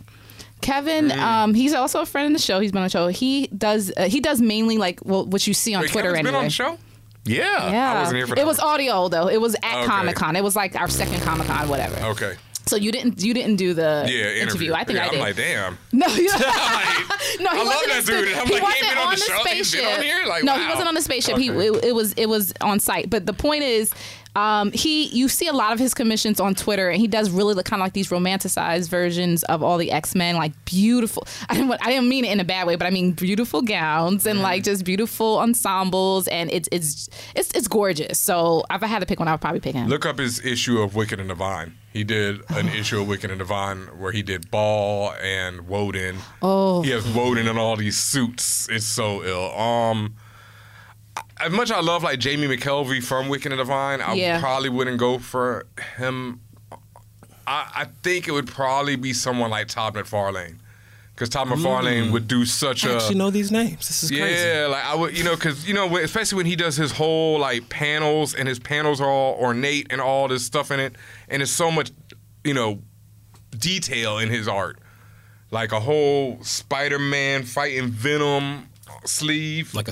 S1: Kevin,
S3: Mm.
S1: um, he's also a friend of the show. He's been on the show. He does uh, he does mainly like well, what you see on
S3: Wait,
S1: Twitter
S3: Kevin's
S1: anyway.
S3: Been on the show.
S4: Yeah.
S1: Yeah,
S3: wasn't here for
S1: it
S3: that
S1: was audio though. It was at
S3: Okay.
S1: Comic Con. It was like our second Comic Con, whatever.
S3: Okay.
S1: So you didn't you didn't do the
S3: Yeah.
S1: interview.
S3: Interview.
S1: I think
S3: yeah,
S1: I did.
S3: I'm like, damn.
S1: no, you-
S3: Like,
S1: No, he
S3: I love
S1: wasn't on
S3: that dude.
S1: spa-
S3: I'm
S1: he
S3: like, he ain't
S1: wasn't
S3: been on
S1: on
S3: the
S1: the
S3: show. He's been
S1: spaceship.
S3: on here? Like,
S1: no, he
S3: wow.
S1: wasn't on the spaceship. He
S3: Okay.
S1: it, it was it was on site, but the point is, Um, he, you see a lot of his commissions on Twitter, and he does really look kind of like these romanticized versions of all the X Men, like beautiful. I didn't, want- I didn't mean it in a bad way, but I mean beautiful gowns and like
S3: Mm-hmm.
S1: just beautiful ensembles, and it's it's it's it's gorgeous. So if I had to pick one, I would probably pick him.
S3: Look up his issue of Wicked and Divine. He did an issue of Wicked and Divine where he did Ball and Woden. Oh, he has Woden in all these suits. It's so ill. Um, I- as much as I love like Jamie McKelvey from Wicked and Divine, I
S1: Yeah.
S3: probably wouldn't go for him. I, I think it would probably be someone like Todd McFarlane because Todd McFarlane would do such
S5: I
S3: a
S5: actually know these names. This is crazy.
S3: Uh, yeah, like I would, you know, because you know, when- especially when he does his whole like panels and his panels are all ornate and all this stuff in it, and there's so much, you know, detail in his art, like a whole Spider-Man fighting Venom sleeve.
S5: Like a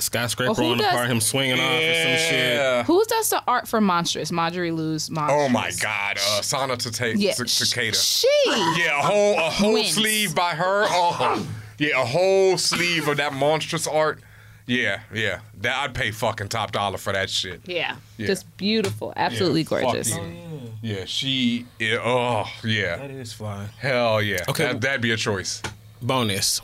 S1: Well,
S5: skyscraper
S1: Oh, who
S5: rolling
S1: does-
S5: apart, him swinging off or some shit.
S3: Yeah.
S1: Who does the art for Monstrous? Marjorie Lou's Monstrous.
S3: Oh my God, uh, Sana Tate
S1: Yeah,
S3: Cicada.
S1: she.
S3: Yeah, a whole a whole
S1: Wins.
S3: sleeve by her. Oh, yeah, a whole sleeve of that monstrous art. Yeah, yeah, that I'd pay fucking top dollar for that shit.
S1: Yeah.
S3: Yeah.
S1: Just beautiful, absolutely
S3: Yeah,
S1: gorgeous.
S3: fucking- yeah, she. Yeah, oh,
S5: Oh, That
S3: yeah.
S5: is fly.
S3: Hell yeah.
S5: Okay.
S3: That, that'd be a choice.
S5: Bonus.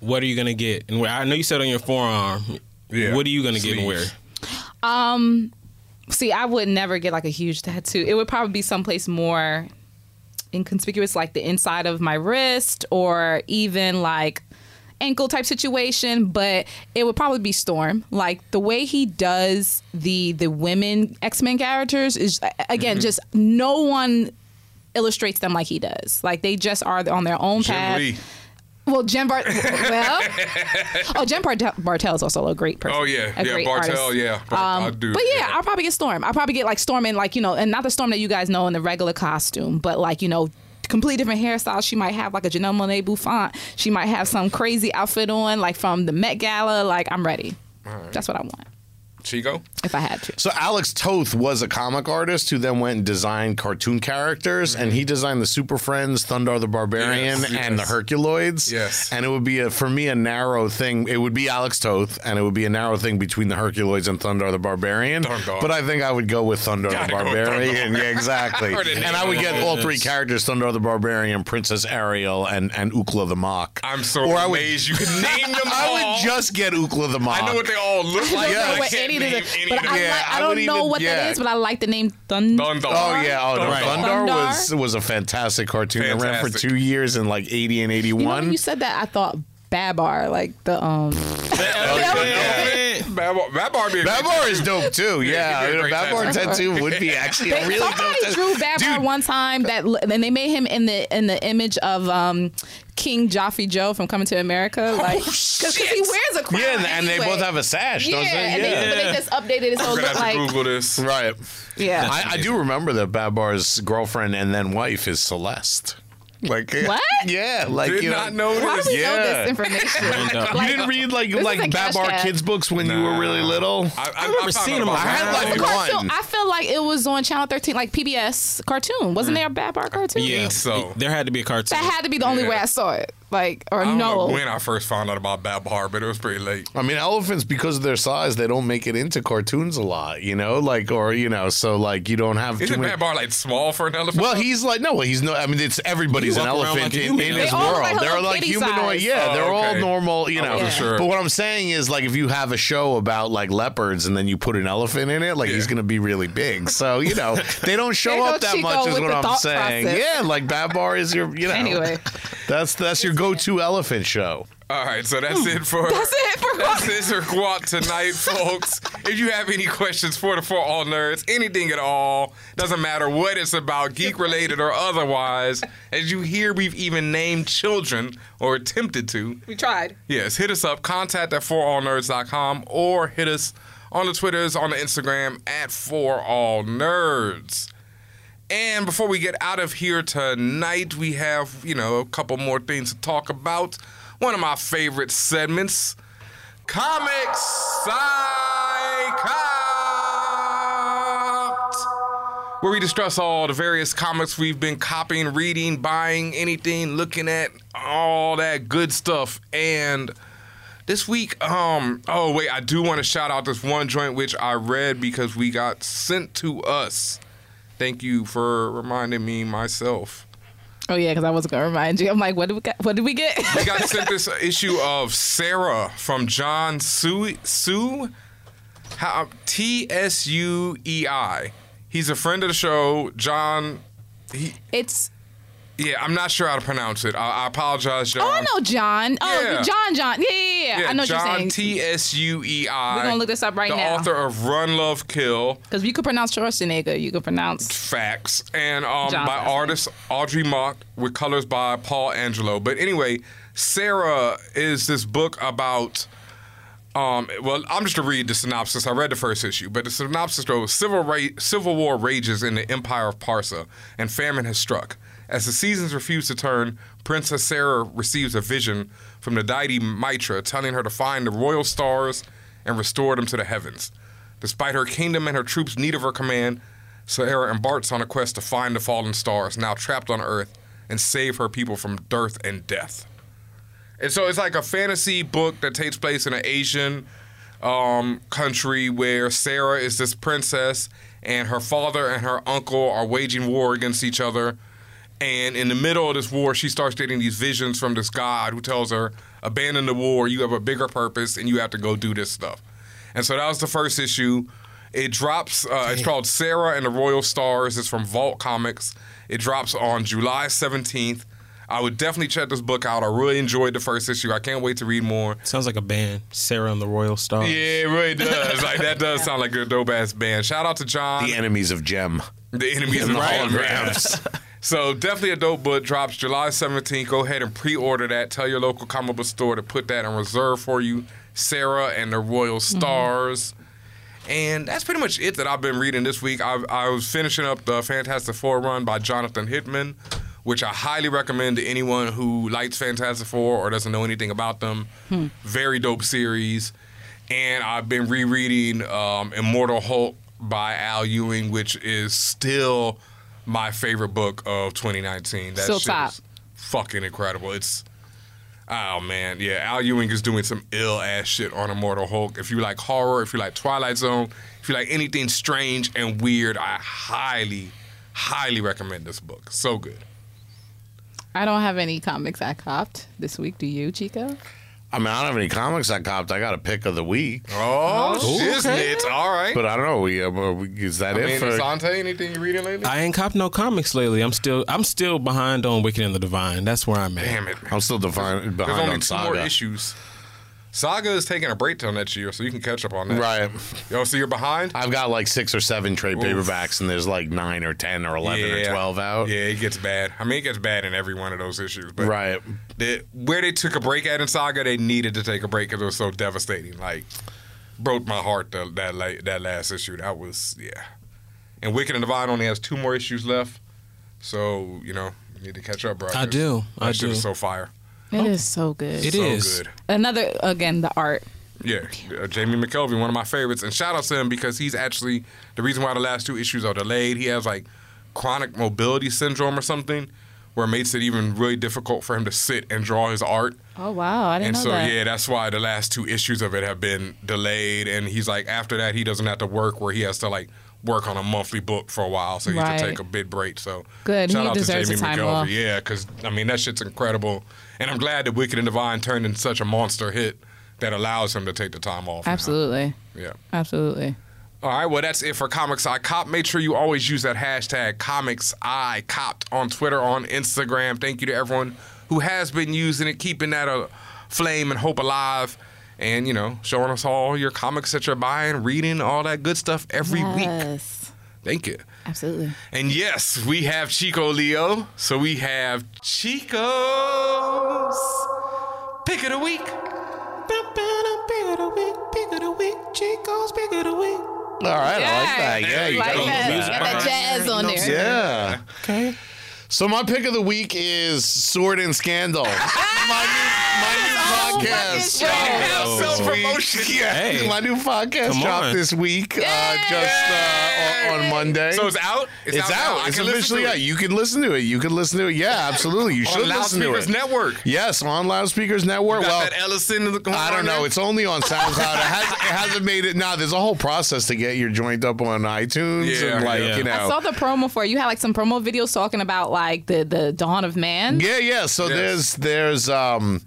S5: What are you gonna get? And where I know you said on your forearm.
S3: Yeah.
S5: What are you gonna get and where?
S3: Sleeves.
S1: See, I would never get like a huge tattoo. It would probably be someplace more inconspicuous, like the inside of my wrist or even like ankle type situation. But it would probably be Storm. Like the way he does the the women X Men characters is a- again
S3: Mm-hmm.
S1: just no one illustrates them like he does. Like they just are on their own
S3: Jim
S1: path.
S3: Lee.
S1: Well, Jen Bart. Well, oh, Jen Bart- Bartel is also a great person.
S3: Oh yeah,
S1: a
S3: yeah.
S1: great
S3: Bartel,
S1: artist.
S3: yeah.
S1: Um,
S3: I do.
S1: but yeah, I'll probably get Storm. I'll probably get like Storm in like you know, and not the Storm that you guys know in the regular costume, but like you know, completely different hairstyles. She might have like a Janelle Monae bouffant. She might have some crazy outfit on, like from the Met Gala. Like I'm ready. That's what I want
S3: Chigo.
S1: if I had to.
S4: So Alex Toth was a comic artist who then went and designed cartoon characters, and he designed the Super Friends, Thunder the Barbarian,
S3: Yes,
S4: and the
S3: yes.
S4: Herculoids.
S3: Yes.
S4: and it would be a, for me a narrow thing. It would be Alex Toth, and it would be a narrow thing between the Herculoids and Thunder the Barbarian.
S3: Thunder.
S4: But I think I would go with Thunder the
S3: Gotta go with
S4: Barbarian. Yeah, exactly.
S3: Or the
S4: and I would get all three characters: Thunder the Barbarian, Princess Ariel, and and Ukla the Mock.
S3: I'm so
S4: Or I would-
S3: amazed you could name them all.
S4: I would just get Ukla the Mock.
S3: I know what they all look like.
S1: I don't
S3: but
S1: know
S3: I
S1: what
S3: can't
S1: any of
S3: name
S1: this-
S3: Uh, any
S1: but
S3: of
S1: I,
S3: them.
S4: Yeah,
S1: like,
S4: I
S1: I don't
S4: wouldn't
S1: know
S4: even-
S1: what
S4: yeah.
S1: that is, but I like the name Thunder.
S3: Dundar.
S4: Oh yeah, oh, no,
S3: Dundar.
S4: Thundar
S1: Thundar.
S4: was was a fantastic cartoon. It ran for
S3: Fantastic.
S4: two years in like eighty and eighty
S1: You know, when
S4: one.
S1: you said that, I thought Babar, like the um.
S3: Yeah. Babar, Babar, be a great
S4: Babar is dope too.
S3: Yeah,
S4: Yeah,
S3: he'd be a great
S4: Babar
S3: tattoo.
S4: tattoo would be actually a really dope
S1: Somebody
S4: tattoo.
S1: drew Babar
S4: Dude,
S1: one time that, and they made him in the in the image of um, King Joffrey Joe from Coming to America, like because he wears a crown.
S4: Oh, Yeah, and, and they
S1: anyway.
S4: both have a sash.
S1: Yeah,
S4: don't they?
S1: and they, but they just updated his whole
S3: We're gonna
S1: look.
S3: have to
S1: Like,
S3: Google this.
S4: right.
S1: yeah,
S4: I, I do remember that Babar's girlfriend and then wife is Celeste. Like
S1: What?
S4: Yeah, like
S3: Did
S4: you
S3: not
S4: know.
S3: know
S1: why
S3: this.
S1: do we know
S4: yeah.
S1: this information?
S5: up.
S4: You didn't read like
S1: is
S4: like
S1: a cash
S4: Babar
S1: cow.
S4: kids books when you were really little.
S3: I, I,
S5: remember
S3: found out
S5: seeing him
S3: about
S4: I
S5: around.
S4: had,
S3: that.
S4: like,
S1: The cartoon.
S4: One.
S1: I feel like it was on Channel 13, like PBS cartoon. Wasn't there a Babar cartoon?
S5: Yeah.
S3: so.
S5: There had to be a cartoon.
S1: That had to be the only
S3: Yeah.
S1: way I saw it. Like, or
S3: I don't
S1: no.
S3: know when I first found out about Babar, but it was pretty late.
S4: I mean, elephants because of their size, they don't make it into cartoons a lot, you know, like or you know, so like you don't have too
S3: Isn't
S4: many.
S3: Babar like small for an elephant?
S4: Well, he's like no, well, he's no. I mean, it's everybody's
S5: You
S4: an
S5: walk around
S4: elephant
S5: like a
S4: in,
S5: human.
S4: in
S5: They
S4: his
S1: all look
S4: world.
S1: like
S4: they're
S1: Hello
S4: like
S1: Kitty
S4: humanoid.
S1: size.
S4: Yeah,
S3: Oh,
S4: they're all
S3: okay.
S4: normal. You
S5: Oh,
S3: I
S4: know.
S3: wasn't sure.
S4: But what I'm saying is, like, if you have a show about like leopards and then you put an elephant in it, like he's
S3: Yeah.
S4: going to be really big. So you know, they don't show
S1: There
S4: up
S1: goes
S4: that
S1: Chico
S4: much. Is
S1: with
S4: what
S1: the
S4: I'm
S1: thought
S4: saying.
S1: process.
S4: Yeah, like Babar is your. You know.
S1: Anyway.
S4: that's that's your go-to elephant show.
S3: All right, so that's it for
S1: Hmm. That's it for
S3: that's it for Guap tonight, folks. If you have any questions for the For All Nerds, anything at all, doesn't matter what it's about, geek related or otherwise. As you hear, we've even named children or attempted to.
S1: We tried.
S3: Yes, hit us up, contact at forallnerds.com or hit us on the Twitters, on the Instagram at forallnerds. And before we get out of here tonight, we have, you know, a couple more things to talk about. One of my favorite segments, Comic Psychopt, where we discuss all the various comics we've been copying, reading, buying, anything, looking at, all that good stuff. And This week, um, oh wait, I do want to shout out this one joint which I read because we got sent to us. Thank you for reminding me myself.
S1: Oh yeah, because I was gonna remind you. I'm like, what did we get? What did we get?
S3: We got sent this issue of Sarah from John Sue Sue how T S U E I. He's a friend of the show. John,
S1: it's
S3: yeah, I'm not sure how to pronounce it. I, I apologize, John.
S1: oh, I know John. Oh,
S3: Yeah.
S1: John, John. Yeah, yeah, yeah.
S3: Yeah,
S1: I know what you're
S3: John
S1: saying.
S3: T S U E I.
S1: We're gonna look this up right
S3: the
S1: now.
S3: The author of Run, Love, Kill,
S1: Because you could pronounce Schwarzenegger, you could pronounce.
S3: Facts, and um,
S1: John
S3: by
S1: Fasman.
S3: artist Audrey Mock with colors by Paul Angelo. But anyway, Sarah is this book about. Um, well, I'm just to read the synopsis. I read the first issue, but the synopsis goes: Civil ra- civil war rages in the Empire of Parsa, and famine has struck. As the seasons refuse to turn, Princess Sarah receives a vision from the deity Mitra, telling her to find the royal stars and restore them to the heavens. Despite her kingdom and her troops' need of her command, Sarah embarks on a quest to find the fallen stars, now trapped on Earth, and save her people from dearth and death. And so it's like a fantasy book that takes place in an Asian um, country where Sarah is this princess and her father and her uncle are waging war against each other. And in the middle of this war, she starts getting these visions from this god who tells her, abandon the war, you have a bigger purpose, and you have to go do this stuff. And so that was the first issue. It drops, uh, it's called Sarah and the Royal Stars. It's from Vault Comics. It drops on July 17th. I would definitely check this book out. I really enjoyed the first issue. I can't wait to read more.
S5: Sounds like a band, Sarah and the Royal Stars.
S3: Yeah, it really does. Like that does sound like a dope ass band. Shout out to John,
S4: The enemies of Gem.
S3: the enemies of
S4: and the
S3: holograms. so definitely a dope book drops July 17th. Go ahead and pre-order that. Tell your local comic book store to put that in reserve for you. Sarah and the Royal Stars. And that's pretty much it that I've been reading this week. I, I was finishing up the Fantastic Four run by Jonathan Hickman, which I highly recommend to anyone who likes Fantastic Four or doesn't know anything about them.
S1: Hmm.
S3: Very dope series. And I've been rereading um, Immortal Hulk by Al Ewing, which is still my favorite book of 2019. That
S1: Still
S3: shit
S1: top.
S3: is fucking incredible. It's Oh man, yeah. Al Ewing is doing some ill ass shit on Immortal Hulk. If you like horror, if you like Twilight Zone, if you like anything strange and weird, I highly, highly recommend this book. So good.
S1: I don't have any comics I copped this week. Do you, Chico?
S4: I mean, I don't have any comics I copped. I got a pick of the week.
S3: Oh, shiznit. All right.
S4: But I don't know. We, uh, we- is that
S3: I
S4: it
S3: mean,
S4: for
S3: Asante, anything you reading lately?
S5: I ain't copped no comics lately. I'm still I'm still behind on Wicked and the Divine. That's where I'm at.
S3: Damn it, man.
S4: I'm still defi-
S3: There's
S4: behind
S3: only
S4: on
S3: two more
S4: Saga.
S3: issues. Saga is taking a break till next year, so you can catch up on that.
S4: Right.
S3: Yo, so you're behind?
S4: I've got like six or seven trade paperbacks, and there's like nine or ten or eleven or twelve out.
S3: Yeah, it gets bad. I mean, it gets bad in every one of those issues. But
S4: Right.
S3: that where they took a break at in Saga, they needed to take a break because it was so devastating. Like, broke my heart the, that la- that last issue. That was yeah. And Wicked and Divine only has two more issues left, so you know you need to catch up, bro.
S5: I do. I
S3: That shit
S5: do.
S3: is so fire.
S1: It is so good.
S5: It
S3: so
S5: is.
S3: good.
S1: Another again, the art.
S3: Yeah, uh, Jamie McKelvey, one of my favorites, and shout out to him because he's actually the reason why the last two issues are delayed. He has like chronic mobility syndrome or something, where it makes it even really difficult for him to sit and draw his art.
S1: Oh wow, I didn't
S3: And
S1: know
S3: so
S1: that.
S3: yeah, that's why the last two issues of it have been delayed. And he's like, after that, he doesn't have to work where he has to like work on a monthly book for a while, so he
S1: Right.
S3: can take a big break. So
S1: Good.
S3: Shout
S1: He
S3: out
S1: deserves
S3: to
S1: a
S3: Jamie
S1: time
S3: McKelvey.
S1: off.
S3: Yeah, because I mean that shit's incredible, and I'm glad that Wicked and Divine turned into such a monster hit that allows him to take the time off. now.
S1: Absolutely,
S3: Yeah.
S1: absolutely.
S3: All right, well, that's it for Comics I Cop. Make sure you always use that hashtag Comics I Copped on Twitter, on Instagram. Thank you to everyone who has been using it, keeping that uh, flame and hope alive, and, you know, showing us all your comics that you're buying, reading, all that good stuff every week.
S1: Yes,
S3: Thank you.
S1: absolutely.
S3: And yes, we have Chico Leo. So we have Chico's Pick of the Week.
S4: All right, I like that.
S1: Yeah,
S4: Yeah, you
S1: like
S4: got a little
S1: that.
S4: music
S1: Get that
S4: behind it.
S1: jazz on there.
S4: Yeah.
S5: Okay.
S4: So my pick of the week is Sword and Scandal. my new, my new podcast.
S3: Have
S4: dropped this week.
S3: self-promotion. Yeah.
S5: Hey.
S4: My new podcast
S5: Come
S4: dropped
S5: on.
S4: this week, uh, just uh, on, on Monday.
S3: So it's out.
S4: It's
S3: now. I
S4: out. It's
S3: can listen
S4: officially
S3: to
S4: out. You can listen to it. You can listen to it. Yeah, absolutely. You should
S3: on
S4: listen to
S3: Loudspeakers
S4: it.
S3: Network.
S4: Yes, on Loudspeakers Network.
S3: Got
S4: well,
S3: that Ellison.
S4: I don't know. It's only on SoundCloud. it, has, it hasn't made it. Now there's a whole process to get your joint up on iTunes
S3: Yeah,
S4: and like
S5: yeah.
S4: you know.
S1: I saw the promo for it. You had like some promo videos talking about like the the dawn of man.
S4: Yeah, yeah. So
S3: Yes.
S4: there's there's um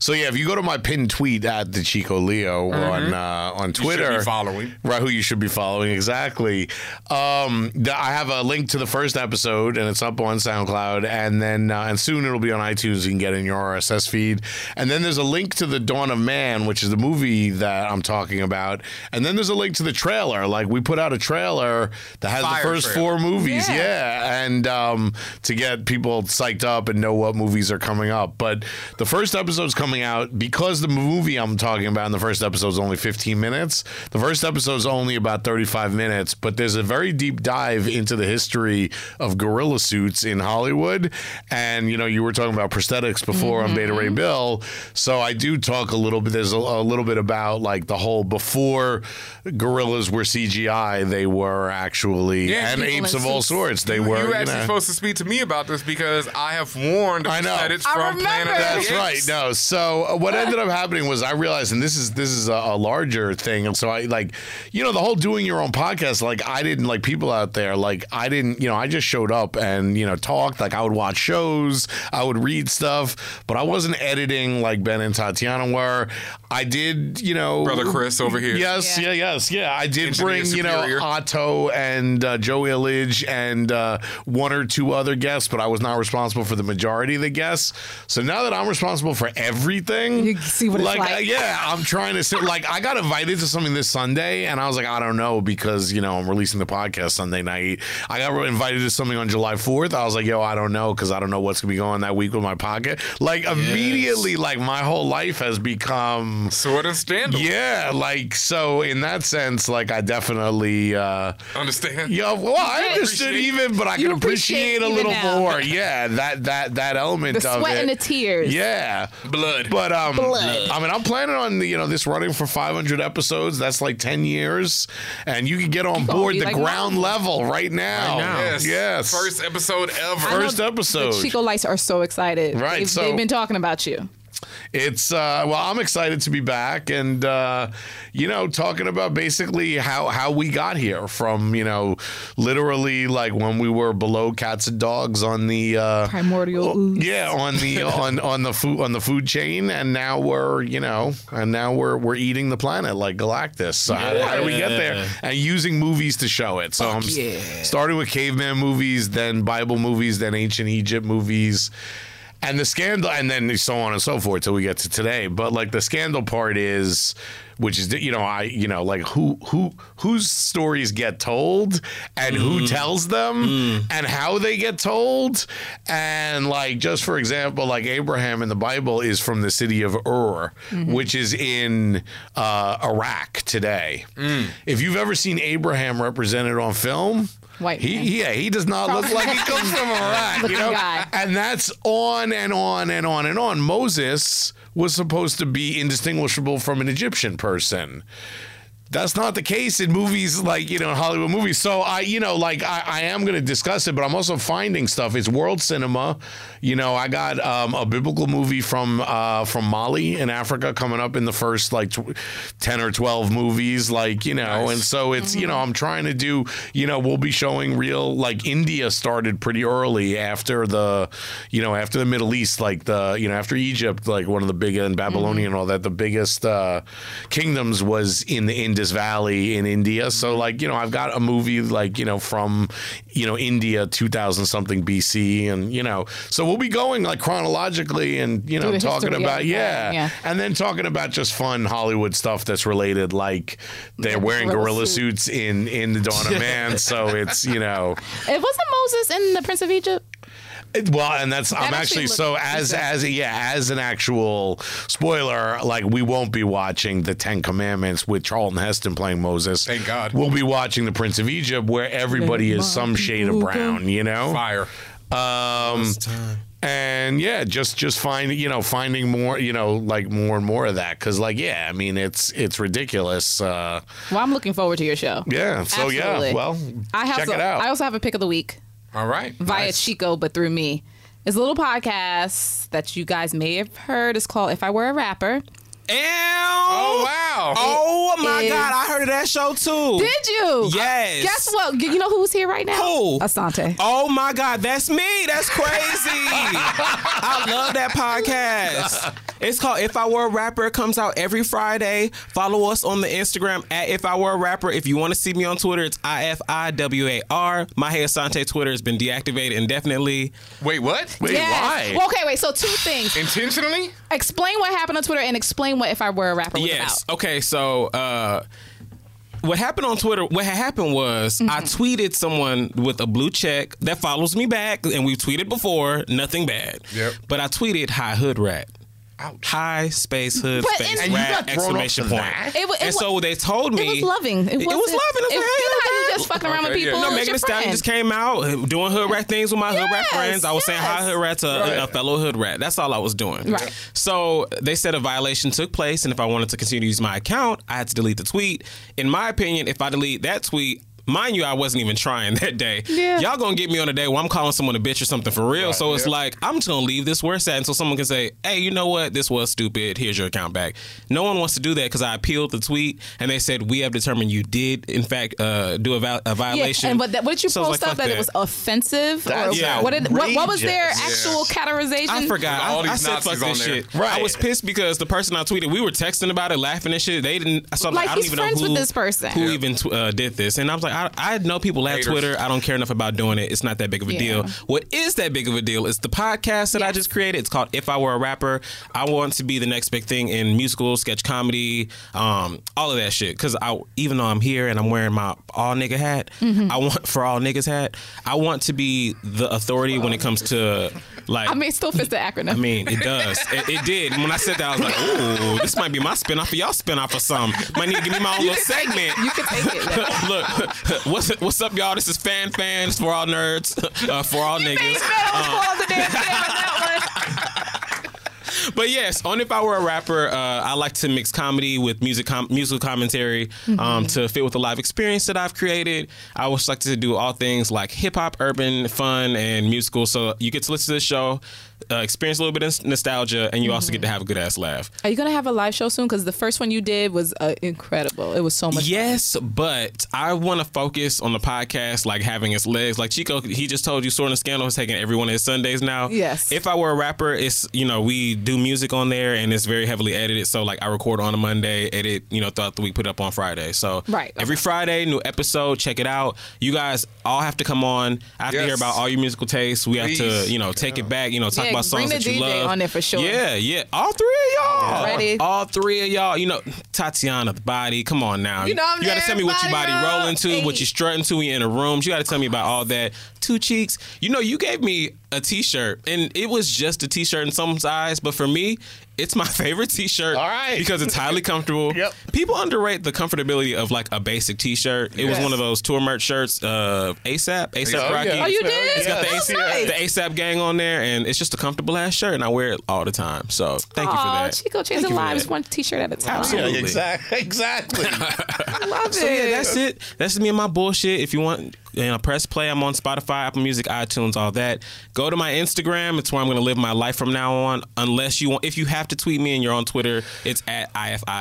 S4: so yeah, if you go to my pinned tweet at the Chico Leo on uh, on
S3: should
S4: Twitter,
S3: be following.
S4: right? Who you should be following exactly? Um, th- I have a link to the first episode, and it's up on SoundCloud, and then uh, and soon it'll be on iTunes. You can get it in your RSS feed, and then there's a link to the Dawn of Man, which is the movie that I'm talking about, and then there's a link to the trailer. Like we put out a trailer that has
S3: Fire
S4: the first
S3: trailer.
S4: four four movies,
S1: Yeah.
S4: yeah. and um, to get people psyched up and know what movies are coming up. But the first episode's coming out because the movie I'm talking about in the first episode's only 15 minutes. The first episode's only about 35 minutes, but there's a very deep dive into the history of gorilla suits in Hollywood. And you know, you were talking about prosthetics before on Beta Ray Bill, so I do talk a little bit. There's a, a little bit about like the whole before gorillas were CGI, they were actually
S3: Yeah,
S4: and
S1: people
S4: apes
S1: in
S4: of all
S1: suits.
S4: sorts. They
S3: You
S4: were.
S3: were
S4: you
S3: actually
S4: know.
S3: supposed to speak to me about this because I have warned
S4: I know.
S3: that it's
S1: I
S3: from Planet
S1: remember.
S3: of the
S4: That's
S3: Apes.
S4: right. No. So uh, what ended up happening was I realized, and this is this is a, a larger thing. And so I like, you know, the whole doing your own podcast. Like I didn't like people out there. Like I didn't, you know, I just showed up and you know talked. Like I would watch shows, I would read stuff, but I wasn't editing like Ben and Tatiana were. I did, you know,
S3: Brother Chris over here.
S4: Yes,
S1: Yeah.
S4: yeah, yes, yeah. I did
S3: Engineer
S4: bring, you
S3: superior.
S4: know, Otto and uh, Joe Illich and uh, one or two other guests, but I was not responsible for the majority of the guests. So now that I'm responsible for everything,
S1: You see what it's like.
S4: uh, yeah, I'm trying to sit. Like, I got invited to something this Sunday, and I was like, I don't know because you know I'm releasing the podcast Sunday night. I got invited to something on July 4th. I was like, yo, I don't know because I don't know what's gonna be going that week with my pocket. Like immediately, like my whole life has become.
S3: Sword and scandal.
S4: Yeah, like so in that sense, like I definitely uh
S3: Understand?
S4: yeah, well, I understood
S3: Appreciate-
S4: even, but I
S1: You
S4: can
S1: appreciate
S4: appreciate, a
S1: even
S4: little
S1: now.
S4: more. Yeah, that that that element
S1: The
S4: of
S1: sweat
S4: it.
S1: and the tears.
S4: Yeah,
S3: Blood.
S4: but um, I mean, I'm planning on you know this running for 500 episodes. That's like 10 years, and you can get on
S1: gonna
S4: board
S1: be
S4: the
S1: like
S4: ground level right now.
S5: now.
S4: Yes, yes.
S3: First episode ever.
S1: I know
S4: First
S1: the
S4: episode.
S1: Chico Lights are so excited.
S4: Right,
S1: They've,
S4: so-
S1: they've been talking about you.
S4: It's uh, well, I'm excited to be back, and uh, you know, talking about basically how how we got here from you know, literally like when we were below cats and dogs on the uh,
S1: Primordial
S5: Oh,
S1: ooze.
S4: yeah on the on on the food on the food chain, and now we're you know, and now we're we're eating the planet like Galactus. So how, how do we get there? And using movies to show it. So I'm s- starting with caveman movies, then Bible movies, then ancient Egypt movies and the scandal and then so on and so forth till we get to today but like the scandal part is which is you know i you know like who who whose stories get told and who tells them and how they get told and like just for example like abraham in the bible is from the city of ur
S1: Mm-hmm.
S4: which is in uh, iraq today if you've ever seen abraham represented on film
S1: White
S4: he,
S1: man.
S4: yeah he does not look like he comes from iraq you know
S1: Looking guy.
S4: and that's on and on and on and on. Moses was supposed to be indistinguishable from an Egyptian person. That's not the case in movies like, you know, in Hollywood movies. So I, you know, like I, I am going to discuss it, but I'm also finding stuff. It's world cinema. You know, I got um, a biblical movie from uh, from Mali in Africa coming up in the first like tw- 10 or 12 movies like, you know, and so it's, you know, I'm trying to do, you know, we'll be showing real like India started pretty early after the, you know, after the Middle East, like the, you know, after Egypt, like one of the big and
S1: Mm-hmm.
S4: Babylonian and all that, the biggest uh, kingdoms was in the Indus Valley in India.
S1: Mm-hmm.
S4: So like, you know, I've got a movie like, you know, from, you know, India 2000 something BC and, you know, so we'll be going like chronologically and, you know,
S1: the
S4: talking
S1: history,
S4: about,
S1: yeah,
S4: yeah,
S1: yeah.
S4: and then talking about just fun Hollywood stuff that's related, like they're wearing
S1: gorilla
S4: gorilla suits in in the Dawn of Man. So it's you know,
S1: It wasn't Moses and the Prince of Egypt.
S4: it- well, and that's I'm
S1: actually
S4: actually, so
S1: looked
S4: as
S1: good.
S4: as yeah as an actual spoiler, like we won't be watching the Ten Commandments with Charlton Heston playing Moses.
S3: Thank God.
S4: We'll be watching the Prince of Egypt, where everybody is some shade of brown. You know,
S3: Fire.
S4: Um,
S5: time.
S4: and yeah, just just find you know finding more you know like more and more of that because like yeah, I mean it's it's ridiculous. Uh,
S1: Well, I'm looking forward to your show.
S4: yeah, so
S1: Absolutely.
S4: yeah, well
S1: I have
S4: check
S1: so-
S4: it out.
S1: I also have a pick of the week
S3: All right.
S1: via
S3: Nice.
S1: Chico, but through me. It's a little podcast that you guys may have heard. It's called If I Were a Rapper.
S3: Oh
S5: Oh,
S3: wow.
S5: oh my
S1: Is-
S5: God. I heard of that show too.
S1: Did you?
S5: Yes.
S1: Guess what? You know who's here right now?
S5: Who?
S1: Asante.
S5: Oh my God, that's me. That's crazy. I love that podcast. It's called If I Were a Rapper. It comes out every Friday. Follow us on the Instagram at If I Were a Rapper. If you want to see me on Twitter, it's I F I W A R. My Hey Asante Twitter has been deactivated indefinitely.
S3: Wait, what?
S4: Wait, why?
S1: Well, okay, wait. So two things.
S3: Intentionally?
S1: explain what happened on Twitter and explain what If I Were a Rapper was
S5: yes.
S1: about.
S5: Okay, so uh what happened on Twitter, what had happened was I
S1: Mm-hmm.
S5: tweeted someone with a blue check that follows me back, and we've tweeted before, nothing bad.
S3: Yep.
S5: But I tweeted hi hood rat.
S3: Ouch.
S5: High space hood
S1: But
S5: space
S1: in- And you
S5: rat
S4: got thrown off
S5: exclamation
S4: for
S5: point.
S4: that?
S1: It wa- it
S5: and
S1: wa-
S5: so they told Oh, me
S1: It was loving. It,
S5: It, was
S1: wasn't-
S5: loving. I
S1: It,
S5: was like, hey,
S1: you know how
S5: hood
S1: you
S5: rat.
S1: just fucking around with
S3: Okay, yeah.
S1: people.
S3: No,
S1: it's
S5: Megan Thee
S1: your
S5: Stallion
S1: friend.
S5: just came out uh, doing hood rat things with my hood rat
S1: Yes,
S5: friends. I was saying hi
S1: yes.
S5: hood rat to a fellow hood rat. That's all I was doing.
S1: Right.
S5: So they said a violation took place, and if I wanted to continue to use my account, I had to delete the tweet. In my opinion, if I delete that tweet. Mind you, I wasn't even trying that day.
S1: Yeah.
S5: Y'all gonna get me on a day where I'm calling someone a bitch or something for real. so it's like I'm just gonna leave this where it's at until someone can say, "Hey, you know what? This was stupid. Here's your account back." No one wants to do that because I appealed the tweet and they said we have determined you did in fact uh, do a, val- a violation
S1: Yeah, and what that, what did you
S5: so I was
S1: post
S5: like,
S1: up
S5: fuck
S1: that, it was offensive?
S4: That's
S1: or what, did, what, what was their
S4: outrageous.
S1: actual categorization?
S5: I forgot.
S3: All
S5: I,
S3: these
S5: I said
S3: Nazis
S5: fuck
S3: on
S5: this
S3: there.
S5: shit.
S4: Right.
S5: I was pissed because the person I tweeted, we were texting about it, laughing and shit. They didn't. So I'm like,
S1: Like,
S5: I don't
S1: he's
S5: even know
S1: friends
S5: who,
S1: with this person.
S5: who even tw- uh, did this. And I was like, I, I know people at
S3: Haters.
S5: Twitter. I don't care enough about doing it. It's not that big of a
S1: Yeah.
S5: deal. What is that big of a deal is the podcast that I
S1: Yes.
S5: just created. It's called If I Were a Rapper. I want to be the next big thing in musical, sketch comedy, um, all of that shit. Because I, even though I'm here and I'm wearing my all nigga hat,
S1: Mm-hmm.
S5: I want for all niggas hat. I want to be the authority when it comes to like.
S1: I mean, it still fits the acronym.
S5: I mean, it does. It, it did. When I said that, I was like, ooh, this might be my spinoff or y'all spinoff or something. Might need to give me my own little segment.
S1: you can take it. yeah.
S5: Look, what's what's up, y'all? This is Fan Fans for all nerds, uh, for all
S1: Thanks, man.
S5: niggas.
S1: I was pulling the damn name on that one.
S5: But yes, on if I were a rapper, uh, I like to mix comedy with music, com- musical commentary um, to fit with the live experience that I've created. I would like to do all things like hip hop, urban, fun, and musical. So you get to listen to the show, uh, experience a little bit of nostalgia, and you also get to have a good ass laugh.
S1: Are you gonna have a live show soon? Because the first one you did was uh, incredible. It was so much.
S5: Yes, but I want to focus on the podcast, like having its legs. Like Chico, he just told you, Sword and Scandal is taking every one of his Sundays now.
S1: Yes.
S5: If I were a rapper, it's you know we do music on there and it's very heavily edited. So like I record on a Monday, edit you know throughout the week, put it up on Friday. So
S1: Right, okay.
S5: every Friday, new episode. Check it out. You guys all have to come on. I have to hear
S3: Yes.
S5: about all your musical tastes. We have
S3: Please.
S5: to you know take it back. You know talk
S1: Yeah,
S5: about
S1: bring
S5: songs that
S1: the
S5: you
S1: DJ
S5: love
S1: on there for sure.
S5: Yeah, yeah. All three of y'all.
S1: Ready.
S5: All three of y'all. You know Tatiana, the body. Come on now.
S1: You know I'm
S5: You gotta
S1: there,
S5: tell me what your
S1: body
S5: body
S1: roll.
S5: rolling to, what
S1: Hey.
S5: you strutting to when you're in the rooms. You gotta tell me about all that. Two cheeks. You know, you gave me a t-shirt, and it was just a t-shirt in some size, but for me, it's my favorite t-shirt.
S4: All right.
S5: Because it's highly comfortable.
S4: Yep.
S5: People underrate the comfortability of like a basic t-shirt. It was
S1: Yes.
S5: one of those tour merch shirts, uh, ASAP, ASAP
S4: Oh,
S5: Rocky.
S4: yeah.
S1: Oh, you did?
S4: It's
S5: Got the,
S1: That's
S5: AC,
S1: nice.
S5: the ASAP gang on there, and it's just a comfortable ass shirt, and I wear it all the time. So thank you for
S1: Aw,
S5: that.
S1: Chico
S5: Thank
S1: changing
S5: you for
S1: lives
S5: that.
S1: one T-shirt at a time.
S5: Absolutely.
S4: Yeah, exactly. Exactly.
S1: I love
S5: So
S1: it.
S5: yeah, that's it. That's me and my bullshit. If you want, you know, press play. I'm on Spotify, Apple Music, iTunes, all that. Go to my Instagram. It's where I'm going to live my life from now on. Unless you want, if you have to tweet me and you're on Twitter, it's at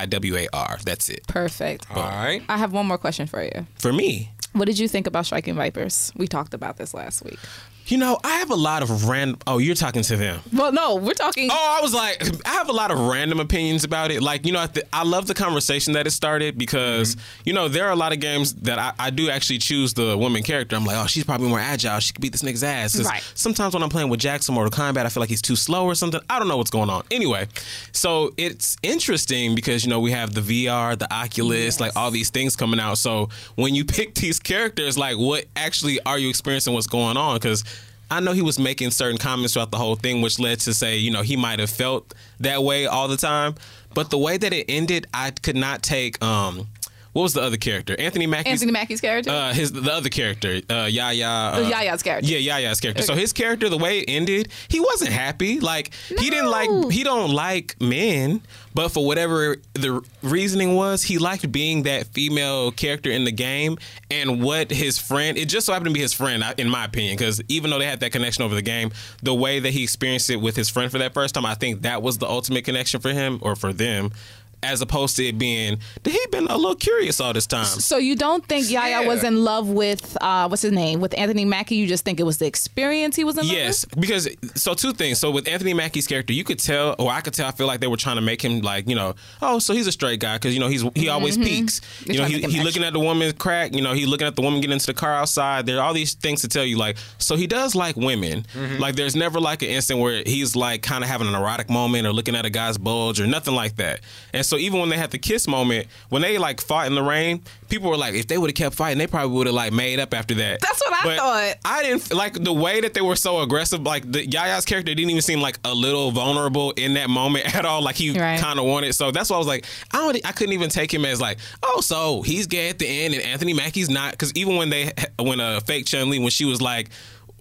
S5: ifiwar. That's it
S1: Perfect.
S3: All right.
S1: I have one more question for you.
S5: for me.
S1: What did you think about striking vipers? We talked about this last week.
S5: You know, I have a lot of random. Oh, you're talking to them.
S1: Well, no, we're talking.
S5: Oh, I was like, I have a lot of random opinions about it. Like, you know, I, th- I love the conversation that it started because, you know, there are a lot of games that I, I do actually choose the woman character. I'm like, oh, she's probably more agile. She could beat this nigga's ass. 'Cause
S1: Right.
S5: Sometimes when I'm playing with Jackson Mortal Kombat, I feel like he's too slow or something. I don't know what's going on. Anyway, so it's interesting because, you know, we have the VR, the Oculus, like all these things coming out. So when you pick these characters, like, what actually are you experiencing? What's going on? Because I know he was making certain comments throughout the whole thing, which led to say, you know, he might have felt that way all the time. But the way that it ended, I could not take um, what was the other character? Anthony Mackie.
S9: Anthony Mackie's character.
S5: Uh, his the other character, uh, Yaya. Uh,
S9: Oh, Yaya's character.
S5: Yeah, Yaya's character. So his character, the way it ended, he wasn't happy. Like he didn't
S9: No.
S5: like he don't like men, but for whatever the reasoning was, he liked being that female character in the game. And what his friend, it just so happened to be his friend, I- in my opinion, because even though they had that connection over the game, the way that he experienced it with his friend for that first time, I think that was the ultimate connection for him or for them. As opposed to it being, he been a little curious all this time.
S9: so you don't think Yaya
S5: Yeah.
S9: was in love with uh, what's his name with Anthony Mackie? You just think it was the experience he was in love
S5: Yes, because so two things. So with Anthony Mackie's character, you could tell, or I could tell. I feel like they were trying to make him like, you know, oh, so he's a straight guy because you know he's he always peaks. You know,
S9: trying Mm-hmm. to
S5: he,
S9: make him
S5: he looking at the woman crack. You know, he looking at the woman getting into the car outside. There are all these things to tell you. Like, so he does like women. Like, there's never like an instant where he's like kind of having an erotic moment or looking at a guy's bulge or nothing like that. And so even when they had the kiss moment, when they like fought in the rain, people were like, if they would have kept fighting, they probably would have like made up after that.
S9: That's what I
S5: But
S9: thought.
S5: I didn't f- like the way that they were so aggressive. Like the Yaya's character didn't even seem like a little vulnerable in that moment at all. Like he
S9: Right.
S5: kind of wanted. So that's why I was like, I don't. I couldn't even take him as like, oh, so he's gay at the end, and Anthony Mackie's not. Because even when they when uh, fake Chun Li when she was like.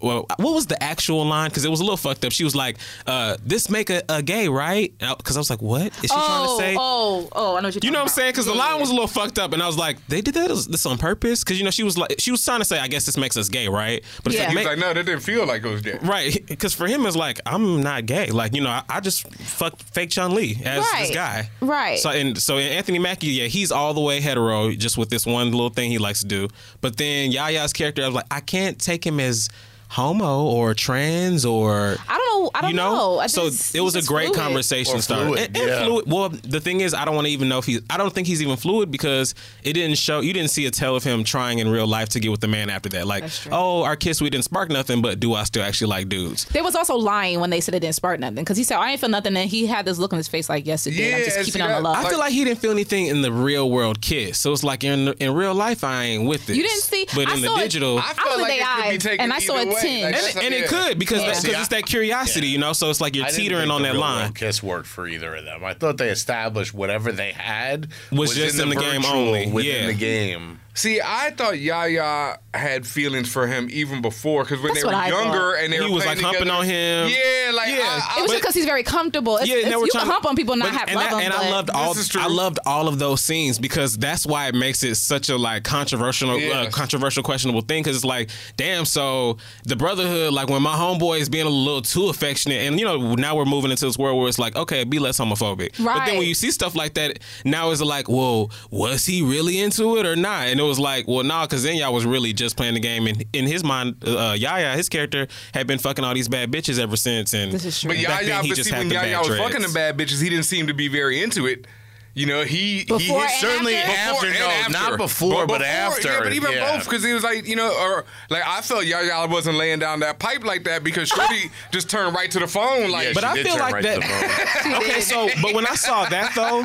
S5: Well, what was the actual line? Because it was a little fucked up. She was like, uh, "This make a, a gay, right?" Because I was like, "What is she trying to
S9: Oh,
S5: say?"
S9: oh, oh! I know what you're.
S5: You know what I'm saying? Because the line was a
S9: little.
S5: little fucked up, and I was like, "They did that this on purpose?" Because you know she was like, she was trying to say, "I guess this makes us gay, right?" But it's
S9: Yeah.
S3: He's
S5: like, make-
S3: like, no, that didn't feel like it was that.
S5: Right, because for him it's like I'm not gay. Like you know, I, I just fucked fake Chun Li as
S9: Right.
S5: this guy.
S9: Right.
S5: So and so and Anthony Mackie, yeah, he's all the way hetero, just with this one little thing he likes to do. But then Yaya's character, I was like, I can't take him as homo or trans or
S9: I don't know. I don't
S5: you know.
S9: I
S5: so
S9: just-
S5: it was a
S9: just
S5: great
S9: fluid.
S5: conversation
S4: Or
S5: starter.
S4: fluid,
S5: And, and
S4: yeah.
S5: fluid. Well, the thing is, I don't want to even know if he's. I don't think he's even fluid because it didn't show. You didn't see a tell of him trying in real life to get with the man after that. Like, oh, our kiss, we didn't spark nothing, but do I still actually like dudes?
S9: They was also lying when they said it didn't spark nothing because he said I ain't feel nothing and he had this look on his face like yes it did. I'm
S3: Yeah,
S9: just
S3: and
S9: keeping
S3: see
S9: on the
S3: that-
S9: love.
S5: I feel like he didn't feel anything in the real world kiss. So it's like in in real life, I ain't with it.
S9: You didn't see-
S5: but
S9: I
S5: in
S9: saw
S5: the
S9: it-
S5: digital.
S3: I
S9: I
S3: felt
S9: was
S3: like
S9: their
S3: it could be
S9: eyes,
S3: taken
S9: and I saw
S3: either
S9: a
S3: way.
S9: 10.
S3: Like,
S5: and,
S3: that's
S5: it- and
S3: yeah.
S5: it could because
S9: Yeah.
S5: that,
S9: See,
S5: cause
S4: I-
S5: it's that curiosity, you know. So it's like you're
S4: I didn't
S5: teetering
S4: think
S5: on
S4: the
S5: that
S4: real
S5: line.
S4: world Kiss worked for either of them. I thought they established whatever they had
S5: Was just in the game
S4: virtual
S5: only.
S4: Within
S5: Yeah.
S4: the game,
S3: See, I thought Yaya had feelings for him even before because when
S9: That's
S3: they were
S9: what I
S3: younger
S9: thought.
S3: and they
S5: He
S3: were
S5: was,
S3: playing
S5: like, humping
S3: together-
S5: on him.
S3: Yeah, like
S5: Yeah.
S3: I, I,
S9: it was just because he's very comfortable. It's,
S5: yeah, and
S9: it's,
S5: they were
S9: you
S5: trying
S9: can hump on people and not
S5: but-
S9: have
S5: and
S9: love
S5: that-
S9: them,
S5: and
S9: but-
S5: I loved all.
S3: This is true.
S5: I loved all of those scenes because that's why it makes it such a like controversial,
S3: Yeah.
S5: uh, controversial, questionable thing. Because it's like, damn. So the brotherhood, like when my homeboy is being a little too affectionate, and you know now we're moving into this world where it's like, okay, be less homophobic. But
S9: Right.
S5: then when you see stuff like that, now it's like, whoa, was he really into it or not? And it was like, well, nah, because then y'all was really just playing the game, and in his mind, uh, Yaya, his character, had been fucking all these bad bitches ever since, and
S9: This is true.
S3: But
S5: Back then,
S3: Yaya,
S5: he
S3: but
S5: just
S3: see,
S5: had
S3: when
S5: the bad
S3: Yaya was
S5: dreads.
S3: fucking the bad bitches, he didn't seem to be very into it. You know, he
S9: Before
S3: he
S9: and
S4: certainly
S9: after?
S4: after,
S3: and
S4: no, not before, but after,
S3: Yeah, but even
S4: yeah.
S3: both, because he was like, you know, or like I felt Yaya wasn't laying down that pipe like that because Shorty just turned right to the phone, like.
S4: Yeah,
S5: But
S4: she
S5: I
S4: did
S5: feel
S4: turn
S5: like
S4: right to
S5: that-
S4: the phone.
S5: okay, so but when I saw that though,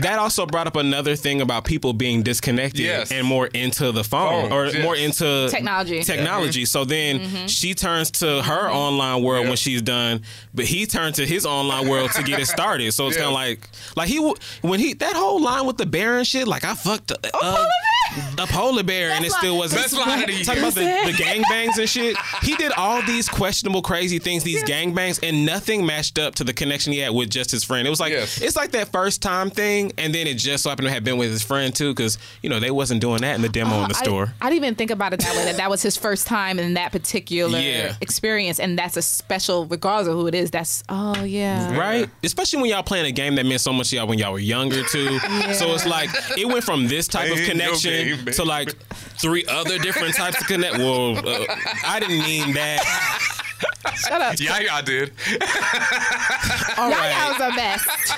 S5: that also brought up another thing about people being disconnected
S3: Yes.
S5: and more into the phone
S3: Phone,
S5: or
S3: yes.
S5: more into
S9: Technology. Mm-hmm.
S5: Technology. So then she turns to her online world when she's done, but he turned to his online world to get it started. So it's
S3: Yeah.
S5: kind of like like he w- when he that whole line with the bear and shit. Like I fucked a, a, a polar bear and it
S9: Oh, That's
S5: still
S9: like-
S5: wasn't.
S3: Best line of the
S5: Talk
S3: year.
S5: about the, the gangbangs and shit. He did all these questionable, crazy things, these gangbangs, and nothing matched up to the connection he had with just his friend. It was like
S3: Yes.
S5: it's like that first time thing, and then it just so happened to have been with his friend too, because you know they wasn't doing that in the demo in the
S9: Oh, I-
S5: store.
S9: I, didn't even think about it that way. That that was his first time in that particular
S5: Yeah.
S9: experience, and that's a special, regardless of who it is. That's oh yeah,
S5: Right, especially when y'all playing a game that meant so much to y'all when y'all were younger too. So it's like it went from this type of
S3: Ain't no
S5: connection
S3: game, baby.
S5: to like three other different types of connect. Well, uh, I didn't mean that.
S9: Shut up.
S3: Yaya did.
S5: All
S9: Y'all
S5: right.
S9: was the best.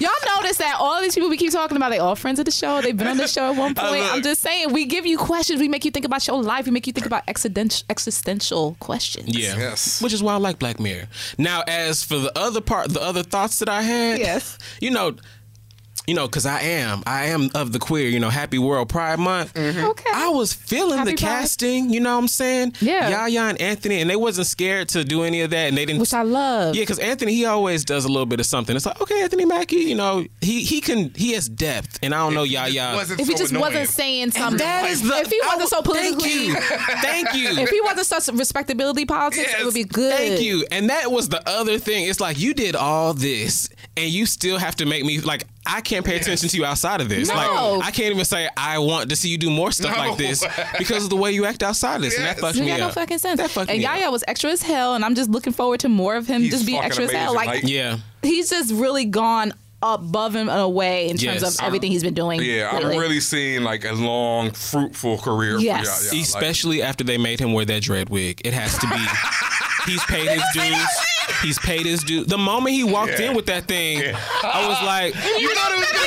S9: Y'all notice that all these people we keep talking about, they all friends of the show. They've been on the show at one point.
S5: look.
S9: I'm just saying, we give you questions. We make you think about your life. We make you think about existential, existential questions.
S5: Yeah.
S3: Yes.
S5: Which is why I like Black Mirror. Now, as for the other part, the other thoughts that I had,
S9: Yes.
S5: you know, you know, because I am, I am of the queer. You know, Happy World Pride Month.
S1: Okay.
S5: I was feeling
S1: Happy
S5: the
S1: Pride.
S5: casting. You know what I'm saying?
S1: Yeah.
S5: Yaya and Anthony, and they wasn't scared to do any of that, and they didn't.
S1: Which I love.
S5: Yeah, because Anthony he always does a little bit of something. It's like okay, Anthony Mackie, you know he he can he has depth, and I don't know Yaya.
S3: Wasn't
S1: If he
S3: so
S1: just
S3: annoying.
S1: wasn't saying something,
S5: That is the
S1: if he wasn't so
S5: I- thank
S1: politically,
S5: you. Thank you.
S1: if he wasn't such respectability politics, it would be good.
S5: Thank you. And that was the other thing. It's like you did all this and you still have to make me like I can't pay attention to you outside of this.
S1: No.
S5: Like I can't even say I want to see you do more stuff
S3: No.
S5: like this because of the way you act outside of this. And that
S3: Yes.
S5: fucked
S1: It
S5: me
S1: got
S5: up.
S1: no fucking sense.
S5: That fucked
S1: and
S5: me
S1: Yaya
S5: up.
S1: was extra as hell, and I'm just looking forward to more of him
S3: He's
S1: just being
S3: fucking
S1: extra as hell.
S3: amazing,
S1: Like
S3: Mike.
S5: Yeah.
S1: he's just really gone above and away in terms
S5: Yes.
S1: of everything he's been doing.
S3: Yeah, I'm
S1: lately.
S3: really seeing like a long, fruitful career.
S1: Yes.
S3: for Yaya. Like,
S5: Especially after they made him wear that dread wig. It has to be he's paid his dues. He's paid his dues. The moment he walked
S3: Yeah.
S5: in with that thing, I was like,
S4: You thought it was gonna,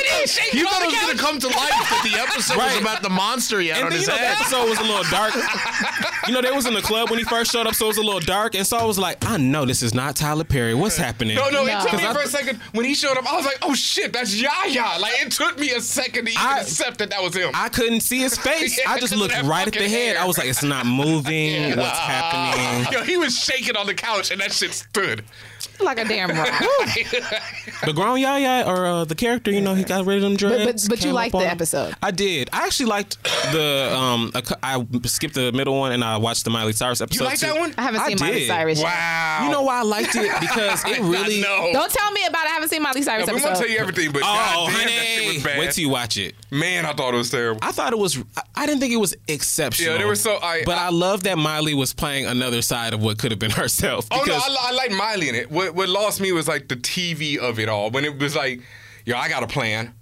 S4: you thought it was gonna come to life that the episode was
S5: Right.
S4: about the monster he had on
S5: And then,
S4: his
S5: you know,
S4: head.
S5: the episode was a little dark. you know, they was in the club when he first showed up, so it was a little dark. And so I was like, I know this is not Tyler Perry. What's happening?
S3: no, no,
S1: No.
S3: it took me
S5: I-
S3: for a second when he showed up. I was like, oh shit, that's Yaya. Like it took me a second to even
S5: I-
S3: accept that that was him.
S5: I couldn't see his face.
S3: Yeah,
S5: I
S3: 'cause
S5: just
S3: of
S5: looked
S3: that
S5: right at the
S3: fucking
S5: head.
S3: hair.
S5: I was like, it's not moving. What's happening?
S3: Yo, he was shaking on the couch and that shit stood.
S1: like a damn rock.
S5: The grown Yaya or uh, the character, you know, he got rid of them dreads.
S1: but- but you
S5: came up
S1: liked
S5: on
S1: the
S5: him.
S1: episode.
S5: I did. I actually liked the. um. a cou- I skipped the middle one and I watched the Miley Cyrus episode.
S3: You like
S5: too.
S3: that one?
S1: I haven't
S5: I
S1: seen Miley
S5: did.
S1: Cyrus. yet.
S3: Wow.
S5: You know why I liked it because it really.
S3: No.
S1: Don't tell me about it. I haven't seen Miley Cyrus
S3: we won't
S1: episode.
S3: tell you everything, but
S5: Oh,
S3: goddamn, that shit
S5: honey!
S3: was bad.
S5: Wait till you watch it.
S3: Man, I thought it was terrible.
S5: I thought it was. I- I didn't think it was exceptional.
S3: Yeah, they were so- I-
S5: but I, love that Miley was playing another side of what could have been herself.
S3: Oh no,
S5: because-
S3: I, li- I like Miley in it. What what lost me was like the TV of it all. When it was like, yo, I got a plan.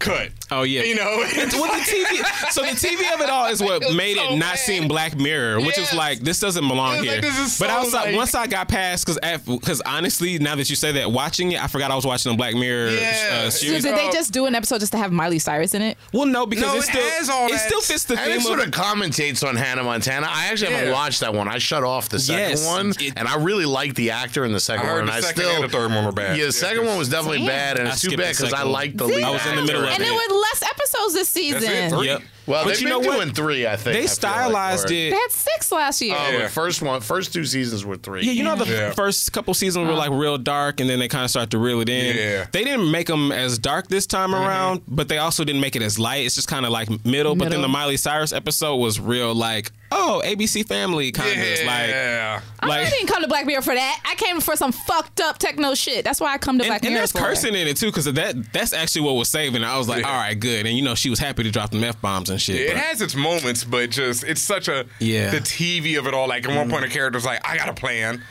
S3: Cut.
S5: Oh, yeah.
S3: You know.
S5: Well, the TV. So the TV of it all is what
S3: It was
S5: made
S3: so
S5: it not
S3: bad.
S5: seem Black Mirror, which
S3: Yes.
S5: is like this doesn't
S3: It
S5: belong
S3: was
S5: here.
S3: like, this is
S5: but
S3: so,
S5: outside,
S3: like-
S5: once I got past, because because honestly, now that you say that, watching it, I forgot I was watching a Black Mirror
S3: Yeah.
S5: uh,
S1: So
S5: series.
S1: did they just do an episode just to have Miley Cyrus in it?
S5: Well, no, because
S3: No,
S5: it
S3: it
S5: still
S3: has all
S5: it
S3: that.
S5: still fits the
S4: And
S5: theme
S4: it
S5: of
S4: sort of commentates on Hannah Montana. I actually
S3: Yeah.
S4: haven't watched that one. I shut off the second
S5: Yes.
S4: one,
S5: It-
S4: and I really liked the actor in the second
S3: I
S4: one.
S3: heard
S4: And
S3: the
S4: I
S3: second
S4: still
S3: and the third one were bad.
S4: Yeah, the second one was definitely
S1: Damn.
S4: bad, and
S5: I
S4: it's too
S5: skipped
S4: bad
S5: the
S4: because I
S5: second one.
S4: liked the
S1: See?
S4: lead.
S5: I was in
S4: actor.
S5: the middle of
S1: And
S5: it.
S1: there were less episodes this
S3: That's it,
S1: season.
S3: three.
S5: Yep.
S4: Well,
S5: but
S4: they've
S5: you
S4: been
S5: know what?
S4: doing three, I think. I
S5: they
S4: feel
S5: stylized
S4: like, or-
S5: it.
S1: They had six last year.
S4: Oh,
S3: Yeah.
S4: the first one, first two seasons were three.
S5: Yeah, you know the
S3: Yeah.
S5: first couple seasons
S1: Uh-huh.
S5: were like real dark, and then they kind of start to reel it in.
S3: Yeah.
S5: They didn't make them as dark this time
S1: Uh-huh.
S5: around, but they also didn't make it as light. It's just kind of like middle, But then
S1: Middle.
S5: the Miley Cyrus episode was real like, oh, ABC Family kind of like.
S3: yeah.
S1: I
S5: Like,
S1: didn't come to Black Mirror for that. I came for some fucked up techno shit. That's why I come to Black
S5: and, and
S1: Mirror.
S5: there's
S1: for.
S5: cursing in it too, because that that's actually what was saving. it. I was like,
S3: Yeah.
S5: all right, good. And you know, she was happy to drop the f bombs and shit.
S3: It
S5: but-
S3: has its moments, but just it's such a
S5: Yeah. Mm-hmm.
S3: the TV of it all. Like at one point, a character's like, "I got a plan,"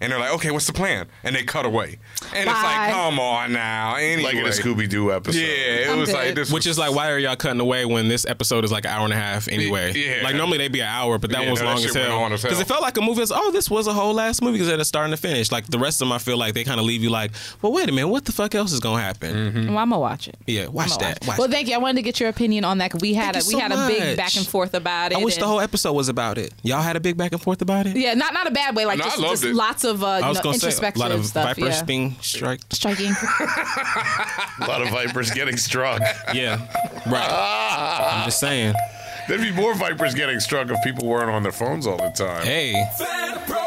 S3: and they're like, "Okay, what's the plan?" And they cut away, and it's
S1: Bye.
S3: like, "Come on now." Anyway,
S4: like in a Scooby Doo episode.
S3: Yeah, it
S1: I'm
S3: was
S1: good.
S3: like this,
S5: Which is like, why are y'all cutting away when this episode is like an hour and a half anyway?
S3: Yeah.
S5: Like normally they'd be an hour, but that
S3: Yeah,
S5: one was
S3: no, that
S5: long
S3: shit
S5: as
S3: went on as hell.
S5: Because it felt like a movie. It's oh, this was a whole last movie because at the starting to finish. Like the rest of them, I feel like they kind of leave you like, well, wait a minute, what the fuck else is gonna happen?
S3: Mm-hmm.
S1: Well, I'm gonna watch it.
S5: Yeah, watch
S1: I'ma
S5: that.
S1: watch it.
S5: Watch
S1: well,
S5: that.
S1: thank you. I wanted to get your opinion on that. 'cause We had a,
S5: Oh, Thank
S1: we
S5: you so
S1: had a big
S5: much.
S1: back and forth about it.
S5: I wish the
S1: and-
S5: whole episode was about it. Y'all had a big back and forth about it.
S1: yeah, not not a bad way. Like
S3: No, I
S1: just,
S3: loved
S1: just
S3: it.
S1: lots of uh,
S5: I
S1: you
S5: was
S1: know,
S5: gonna say a
S1: introspective
S5: lot of
S1: stuff.
S5: vipers
S1: yeah.
S5: being strike.
S1: striking.
S4: A lot of vipers getting struck. Ah!
S5: Yeah, right. I'm just saying.
S4: There'd be more vipers getting struck if people weren't on their phones all the time.
S5: Hey,
S10: Fan Bros.